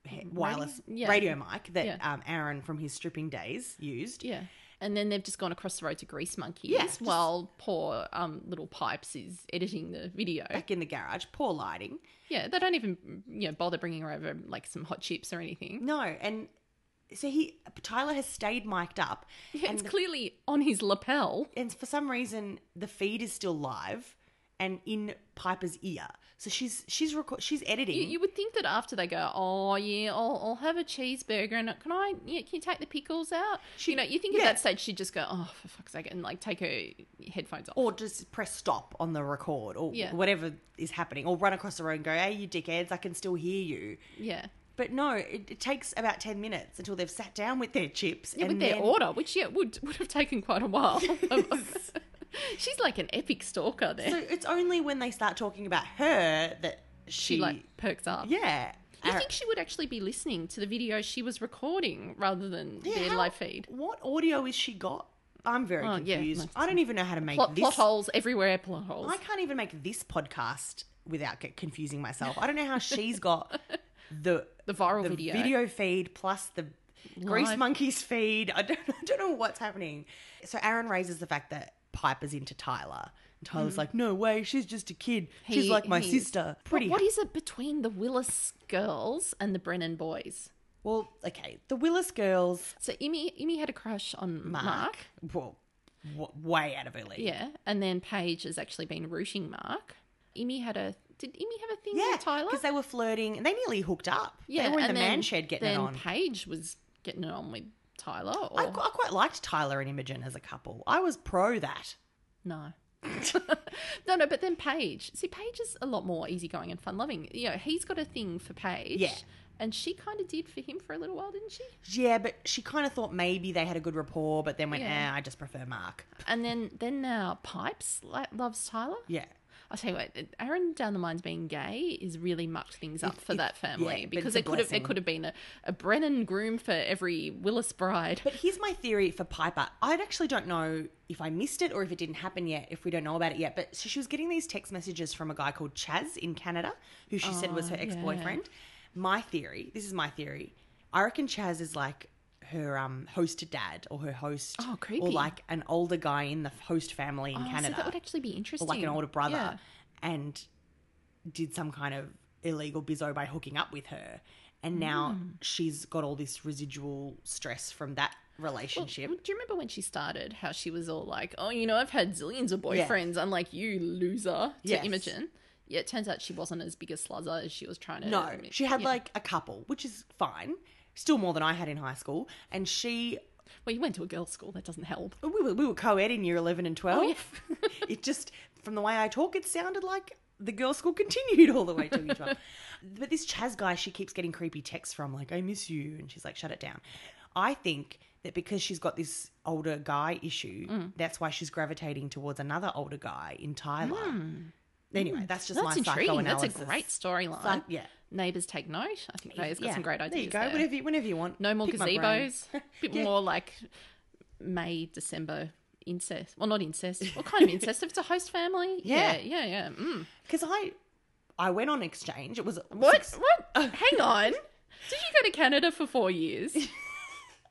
he- wireless radio, Yeah. mic that Yeah. um, Aaron from his stripping days used. Yeah. And then they've just gone across the road to Grease Monkeys Yeah, just- while poor um, little Pipes is editing the video. Back in the garage, poor lighting. Yeah, they don't even you know bother bringing her over like some hot chips or anything. No, and so he Tyler has stayed mic'd up, Yeah, and it's clearly on his lapel. and for some reason the feed is still live and in Piper's ear. So she's she's reco- she's editing. You, you would think that after they go, oh yeah, I'll, I'll have a cheeseburger and can I? Yeah, can you take the pickles out? you know, you think at yeah. that stage she'd just go, oh for fuck's sake, and like take her headphones off. or just press stop on the record or Yeah. whatever is happening or run across the road and go, "Hey, you dickheads, I can still hear you." yeah, But no, it, it takes about 10 minutes until they've sat down with their chips Yeah, and with their then- order, which yeah would would have taken quite a while. She's like an epic stalker there. So it's only when they start talking about her that she, she like perks up. yeah. You think she would actually be listening to the video she was recording rather than Yeah, their how- live feed? What audio is she got? I'm very Oh, yeah, confused. like- I don't even know how to make Plot, this. plot holes everywhere, plot holes. I can't even make this podcast without get confusing myself. I don't know how she's got the The viral video. feed plus the Grease Live. Monkeys feed. I don't I don't know what's happening. So Aaron raises the fact that Piper's into Tyler. And Tyler's like, no way, she's just a kid. she's Mm. He- like my he's- sister. But Pretty. what is it between the Willis girls and the Brennan boys? well, okay, the Willis girls. So Imi, Imi had a crush on Mark. Well, w- way out of her league. Yeah, and then Paige has actually been rooting Mark. Imi had a. Did Imi have a thing Yeah, with Tyler? because they were flirting and they nearly hooked up. they were in the man shed getting then it on. Paige was getting it on with Tyler. Or... I, qu- I quite liked Tyler and Imogen as a couple. I was pro that. No. no, no, but then Paige. See, Paige is a lot more easygoing and fun loving. You know, he's got a thing for Paige. Yeah. And she kind of did for him for a little while, didn't she? Yeah, but she kind of thought maybe they had a good rapport, but then went, Yeah. "Ah, I just prefer Mark." And then then now Pipes like, loves Tyler. Yeah, I'll tell you what, Aaron down the mine's being gay is really mucked things up for it- that family yeah, but because it's a it could have there blessing. could have been a, a Brennan groom for every Willis bride. but here's my theory for Piper. I actually don't know if I missed it or if it didn't happen yet. If we don't know about it yet, but so she was getting these text messages from a guy called Chaz in Canada, who she said was her ex-boyfriend. My theory. This is my theory. I reckon Chaz is like her um host dad or her host, Oh, creepy. or like an older guy in the host family in Oh, Canada, So that would actually be or interesting. like an older brother, Yeah. and did some kind of illegal bizzo by hooking up with her, and now Hmm. she's got all this residual stress from that relationship. Well, do you remember when she started? How she was all like, "Oh, you know, I've had zillions of Yeah. boyfriends, unlike you, loser." To Yes. Imogen. Yeah, it turns out she wasn't as big a sluzzer as she was trying to. No, admit. she had Yeah. like a couple, which is fine. Still more than I had in high school, and she Well, you went to a girls' school. That doesn't help. we were, we were co-ed in year 11 and 12 Oh, it just from the way i talk it sounded like the girls school continued all the way till year 12 but this chaz guy she keeps getting creepy texts from like i miss you and she's like shut it down i think that because she's got this older guy issue Mm. that's why she's gravitating towards another older guy in tyler anyway that's just Hmm. That's my intriguing. That's psychoanalysis a great storyline. Psych- yeah Neighbors take note. I think Ray's got yeah. some great ideas. there you go there. whenever you whenever you want No more Pick my brain. gazebos. A bit more like May, December incest. Well, not incest. What kind of incest? if it's a host family? Yeah. Yeah, yeah, yeah. Mm. Because I, I went on exchange. It was What? six- What? Hang on. Did you go to Canada for four years?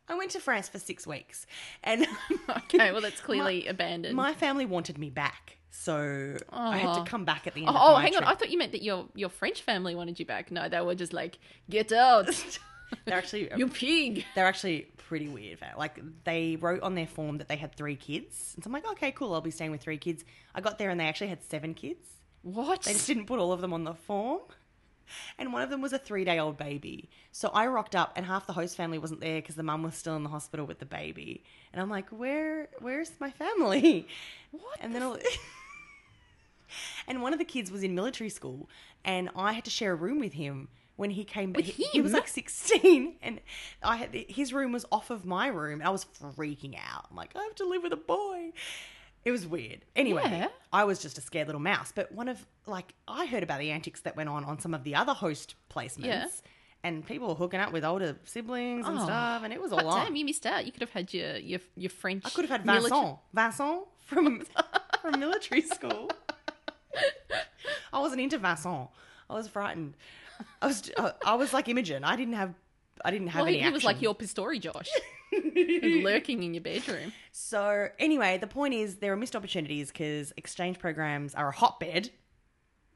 I went to France for six weeks, and Okay, well, that's clearly abandoned. my family wanted me back, so I had Aw. to come back at the end. oh, oh, of my hang on. trip. I thought you meant that your, your French family wanted you back. No, they were just like, get out. they're actually you pig. they're actually pretty weird. about it. Like they wrote on their form that they had three kids, and so I'm like, okay, cool. I'll be staying with three kids. I got there and they actually had seven kids. What? They just didn't put all of them on the form. And one of them was a three day old baby. So I rocked up, and half the host family wasn't there because the mum was still in the hospital with the baby. And I'm like, where, where's my family? What? And then, all, and one of the kids was in military school, and I had to share a room with him when he came. With he, he was him? like 16, and I had his room was off of my room. And I was freaking out. I'm like, I have to live with a boy. It was weird. Anyway, Yeah. I was just a scared little mouse. But one of like I heard about the antics that went on on some of the other host placements, Yeah. and people were hooking up with older siblings and Oh. stuff, and it was a God lot. damn, you missed out. You could have had your, your, your French. I could have had military- Vincent, Vincent from from military school. I wasn't into Vincent. I was frightened. I was I, I was like Imogen. I didn't have I didn't have Well, any. he, he was like action. your Pistori Josh, who's lurking in your bedroom. So anyway, the point is there are missed opportunities because exchange programs are a hotbed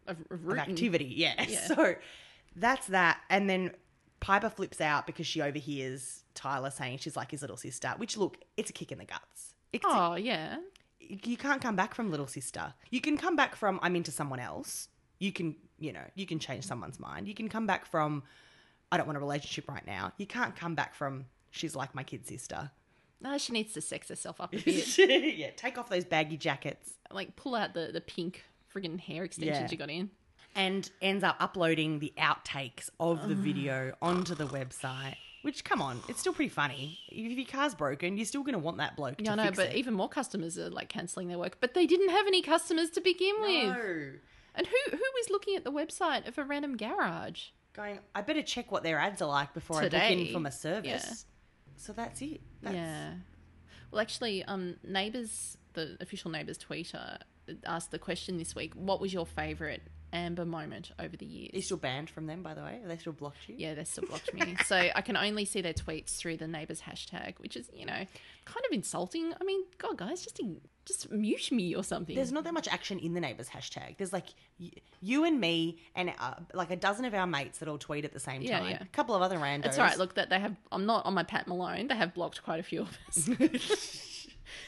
Of, of of rootin'. activity. Yeah. Yeah. So that's that. And then Piper flips out because she overhears Tyler saying she's like his little sister, which look, it's a kick in the guts. It's a- Oh yeah. you can't come back from little sister. You can come back from I'm into someone else. You can, you know, you can change someone's mind. You can come back from I don't want a relationship right now. You can't come back from she's like my kid sister. No, she needs to sex herself up a bit. yeah, take off those baggy jackets. like pull out the the pink friggin' hair extensions Yeah. you got in. and ends up uploading the outtakes of the video onto the website. Which, come on, it's still pretty funny. If your car's broken, you're still going to want that bloke Yeah, to I know, fix but it. even more customers are like cancelling their work. But they didn't have any customers to begin with. no. And who who was looking at the website of a random garage? Going, I better check what their ads are like before I book Today, in for my service. So that's it. That's, Yeah. Well, actually, um, neighbors, the official neighbors tweeter asked the question this week: What was your favourite Amber moment over the years? Are you still banned from them, by the way? Are they still blocked you? Yeah, they still blocked me. so I can only see their tweets through the neighbors hashtag, which is, you know, kind of insulting. I mean, God, guys, just just mute me or something. There's not that much action in the neighbors hashtag. There's like y- you and me and uh, like a dozen of our mates that all tweet at the same Yeah, time. yeah. A couple of other randos. That's all right. Look, that they have. I'm not on my Pat Malone. They have blocked quite a few of us.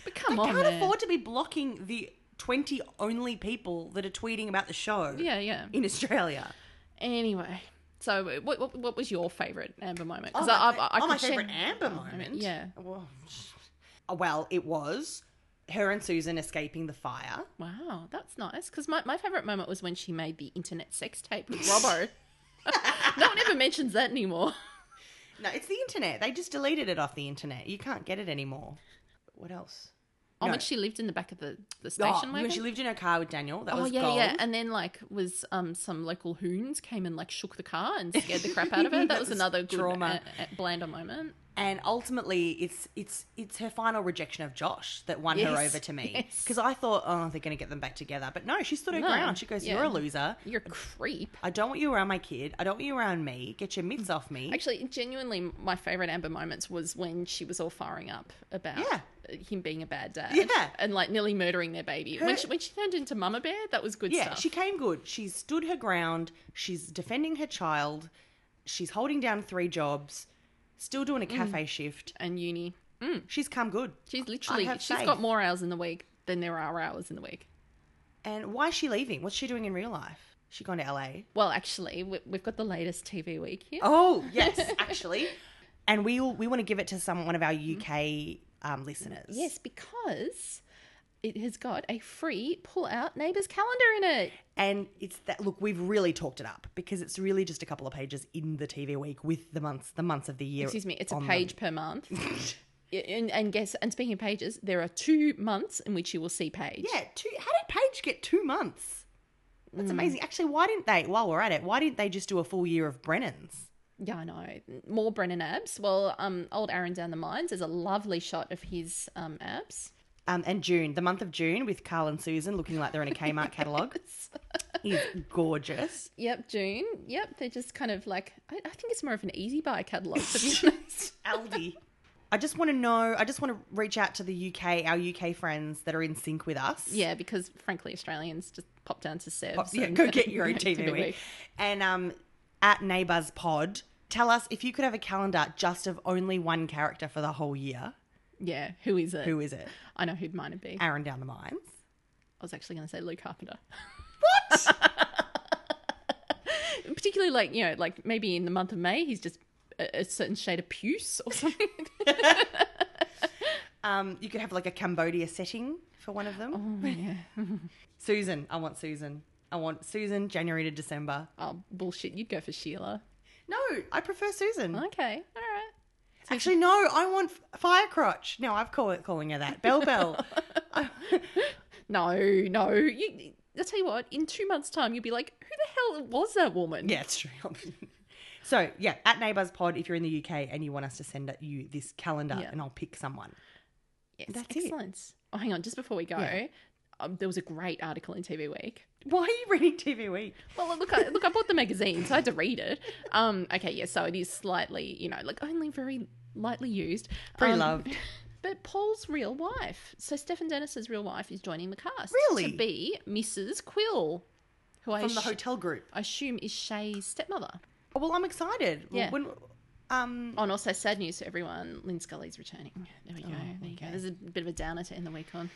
but come on, can't man. afford to be blocking the 20 only people that are tweeting about the show Yeah, yeah. in Australia. Anyway, so what what, what was your favourite Amber moment? Oh, 'Cause my, I- I- I oh, my could share- favourite Amber moment. yeah. Well, well, it was her and Susan escaping the fire. Wow, that's nice. Because my, my favourite moment was when she made the internet sex tape with Robbo. no one ever mentions that anymore. No, it's the internet. They just deleted it off the internet. You can't get it anymore. What else? Oh, No. when she lived in the back of the, the Oh, station wagon. when she lived in her car with Daniel, that oh was yeah, gold. yeah. And then like was um some local hoons came and like shook the car and scared the crap out of her. That was was another good trauma. a- a- blander moment. And ultimately, it's it's it's her final rejection of Josh that won her Yes, over to me yes. because I thought, oh, they're going to get them back together, but no, she stood her No, ground. She goes, yeah. "You're a loser. You're a creep. I don't want you around my kid. I don't want you around me. Get your mitts off me." Actually, genuinely, my favorite Amber moments was when she was all firing up about Yeah. him being a bad dad, Yeah. and like nearly murdering their baby. Her- When she, when she turned into Mama Bear, that was good yeah, stuff. she came good. She stood her ground. She's defending her child. She's holding down three jobs, still doing a cafe shift. and uni, She's come good. Mm. she's literally have she's faith. got more hours in the week than there are hours in the week. And why is she leaving? What's she doing in real life? She gone to LA. Well, actually, we- we've got the latest TV week here. Oh yes, actually. And we all, we want to give it to some one of our UK um, listeners. Mm-hmm. Yes, because it has got a free pull out neighbours calendar in it. And it's that look, we've really talked it up because it's really just a couple of pages in the TV week with the months the months of the year. Excuse me, it's a on them. page per month. Yeah, and, and guess and speaking of pages, there are two months in which you will see page. Yeah, two, how did Paige get two months? That's Mm. amazing. Actually, why didn't they? While we're at it, why didn't they just do a full year of Brennan's? Yeah, I know. More Brennan abs. Well, um, old Aaron down the mines is a lovely shot of his um abs. Um, and June, the month of June, with Carl and Susan looking like they're in a Kmart catalog, is gorgeous. Yep, June. Yep, they're just kind of like I, I think it's more of an easy buy catalog to be honest. Aldi. I just want to know. I just want to reach out to the UK, our UK friends that are in sync with us. Yeah, because frankly, Australians just pop down to Seb's. Pop- yeah, and- go get your own TV, TV week. week. And um, at Neighbours Pod, tell us if you could have a calendar just of only one character for the whole year. Yeah, who is it? Who is it? I know who'd mine would be. I Aaron down the mines. was actually going to say Luke Carpenter. What? Particularly like you know, like maybe in the month of May, he's just a, a certain shade of puce or something. Um, you could have like a Cambodia setting for one of them. Susan, I want Susan. I want Susan January to December. oh bullshit! You'd go for Sheila. No, I prefer Susan. Okay, all right. Actually, no, I want F- Firecrotch. No, I've call it calling her that. Bell Bell. No, no. You, I'll tell you what. In two months' time, you'll be like, who the hell was that woman? yeah, it's true. so yeah, at Neighbours Pod, if you're in the UK and you want us to send it- you this calendar, Yeah. and I'll pick someone. yes, that's it. excellent. Oh, hang on, just before we go, Yeah. um, there was a great article in TV Week. Why are you reading TV Week? Well, look, I, look, I bought the magazine, so I had to read it. Um, okay, yeah, so it is slightly, you know, like only very lightly used, Pre-loved. Um, but Paul's real wife, so Stephen Dennis's real wife, is joining the cast Really? to be Mrs. Quill, who I, From the assu- hotel group. I assume is Shay's stepmother. Oh, well, I'm excited. Yeah. When, um, Oh, and also sad news to everyone: Lynn Scully's returning. There we Oh, go. there you go. There's a bit of a downer to end the week on.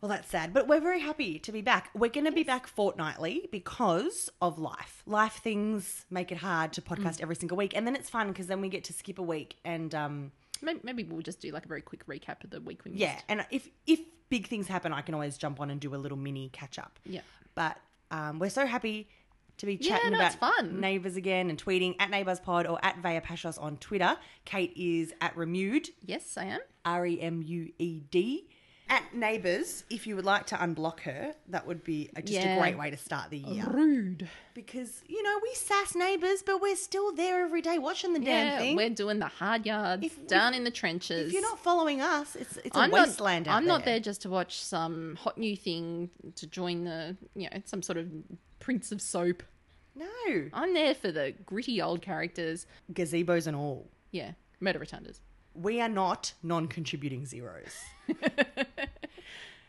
Well, that's sad, but we're very happy to be back. We're going to be back fortnightly because of life. Life things make it hard to podcast Mm. every single week, and then it's fun because then we get to skip a week. And um, Maybe, maybe we'll just do like a very quick recap of the week we missed. yeah, and if if big things happen, I can always jump on and do a little mini catch up. Yeah. But um, we're so happy to be chatting no, about it's fun. neighbors again and tweeting at neighbors pod or at Vea Pashos on Twitter. Kate is at Remude. Yes, I am. R E M U E D. At Neighbours, if you would like to unblock her, that would be a- just a Yeah. great way to start the year. Rude. Because, you know, we sass neighbours, but we're still there every day watching the Yeah, damn thing. we're doing the hard yards If- down in the trenches. If you're not following us, it's, it's a I'm not, wasteland out I'm not there just to watch some hot new thing to join the, you know, some sort of Prince of Soap. No. I'm there for the gritty old characters. Gazebos and all. Yeah, murder rotunders. We are not non contributing zeros.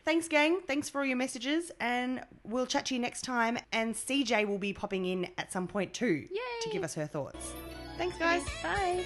Thanks, gang. Thanks for all your messages. And we'll chat to you next time. And CJ will be popping in at some point too to Yay. give us her thoughts. Thanks, guys. Bye.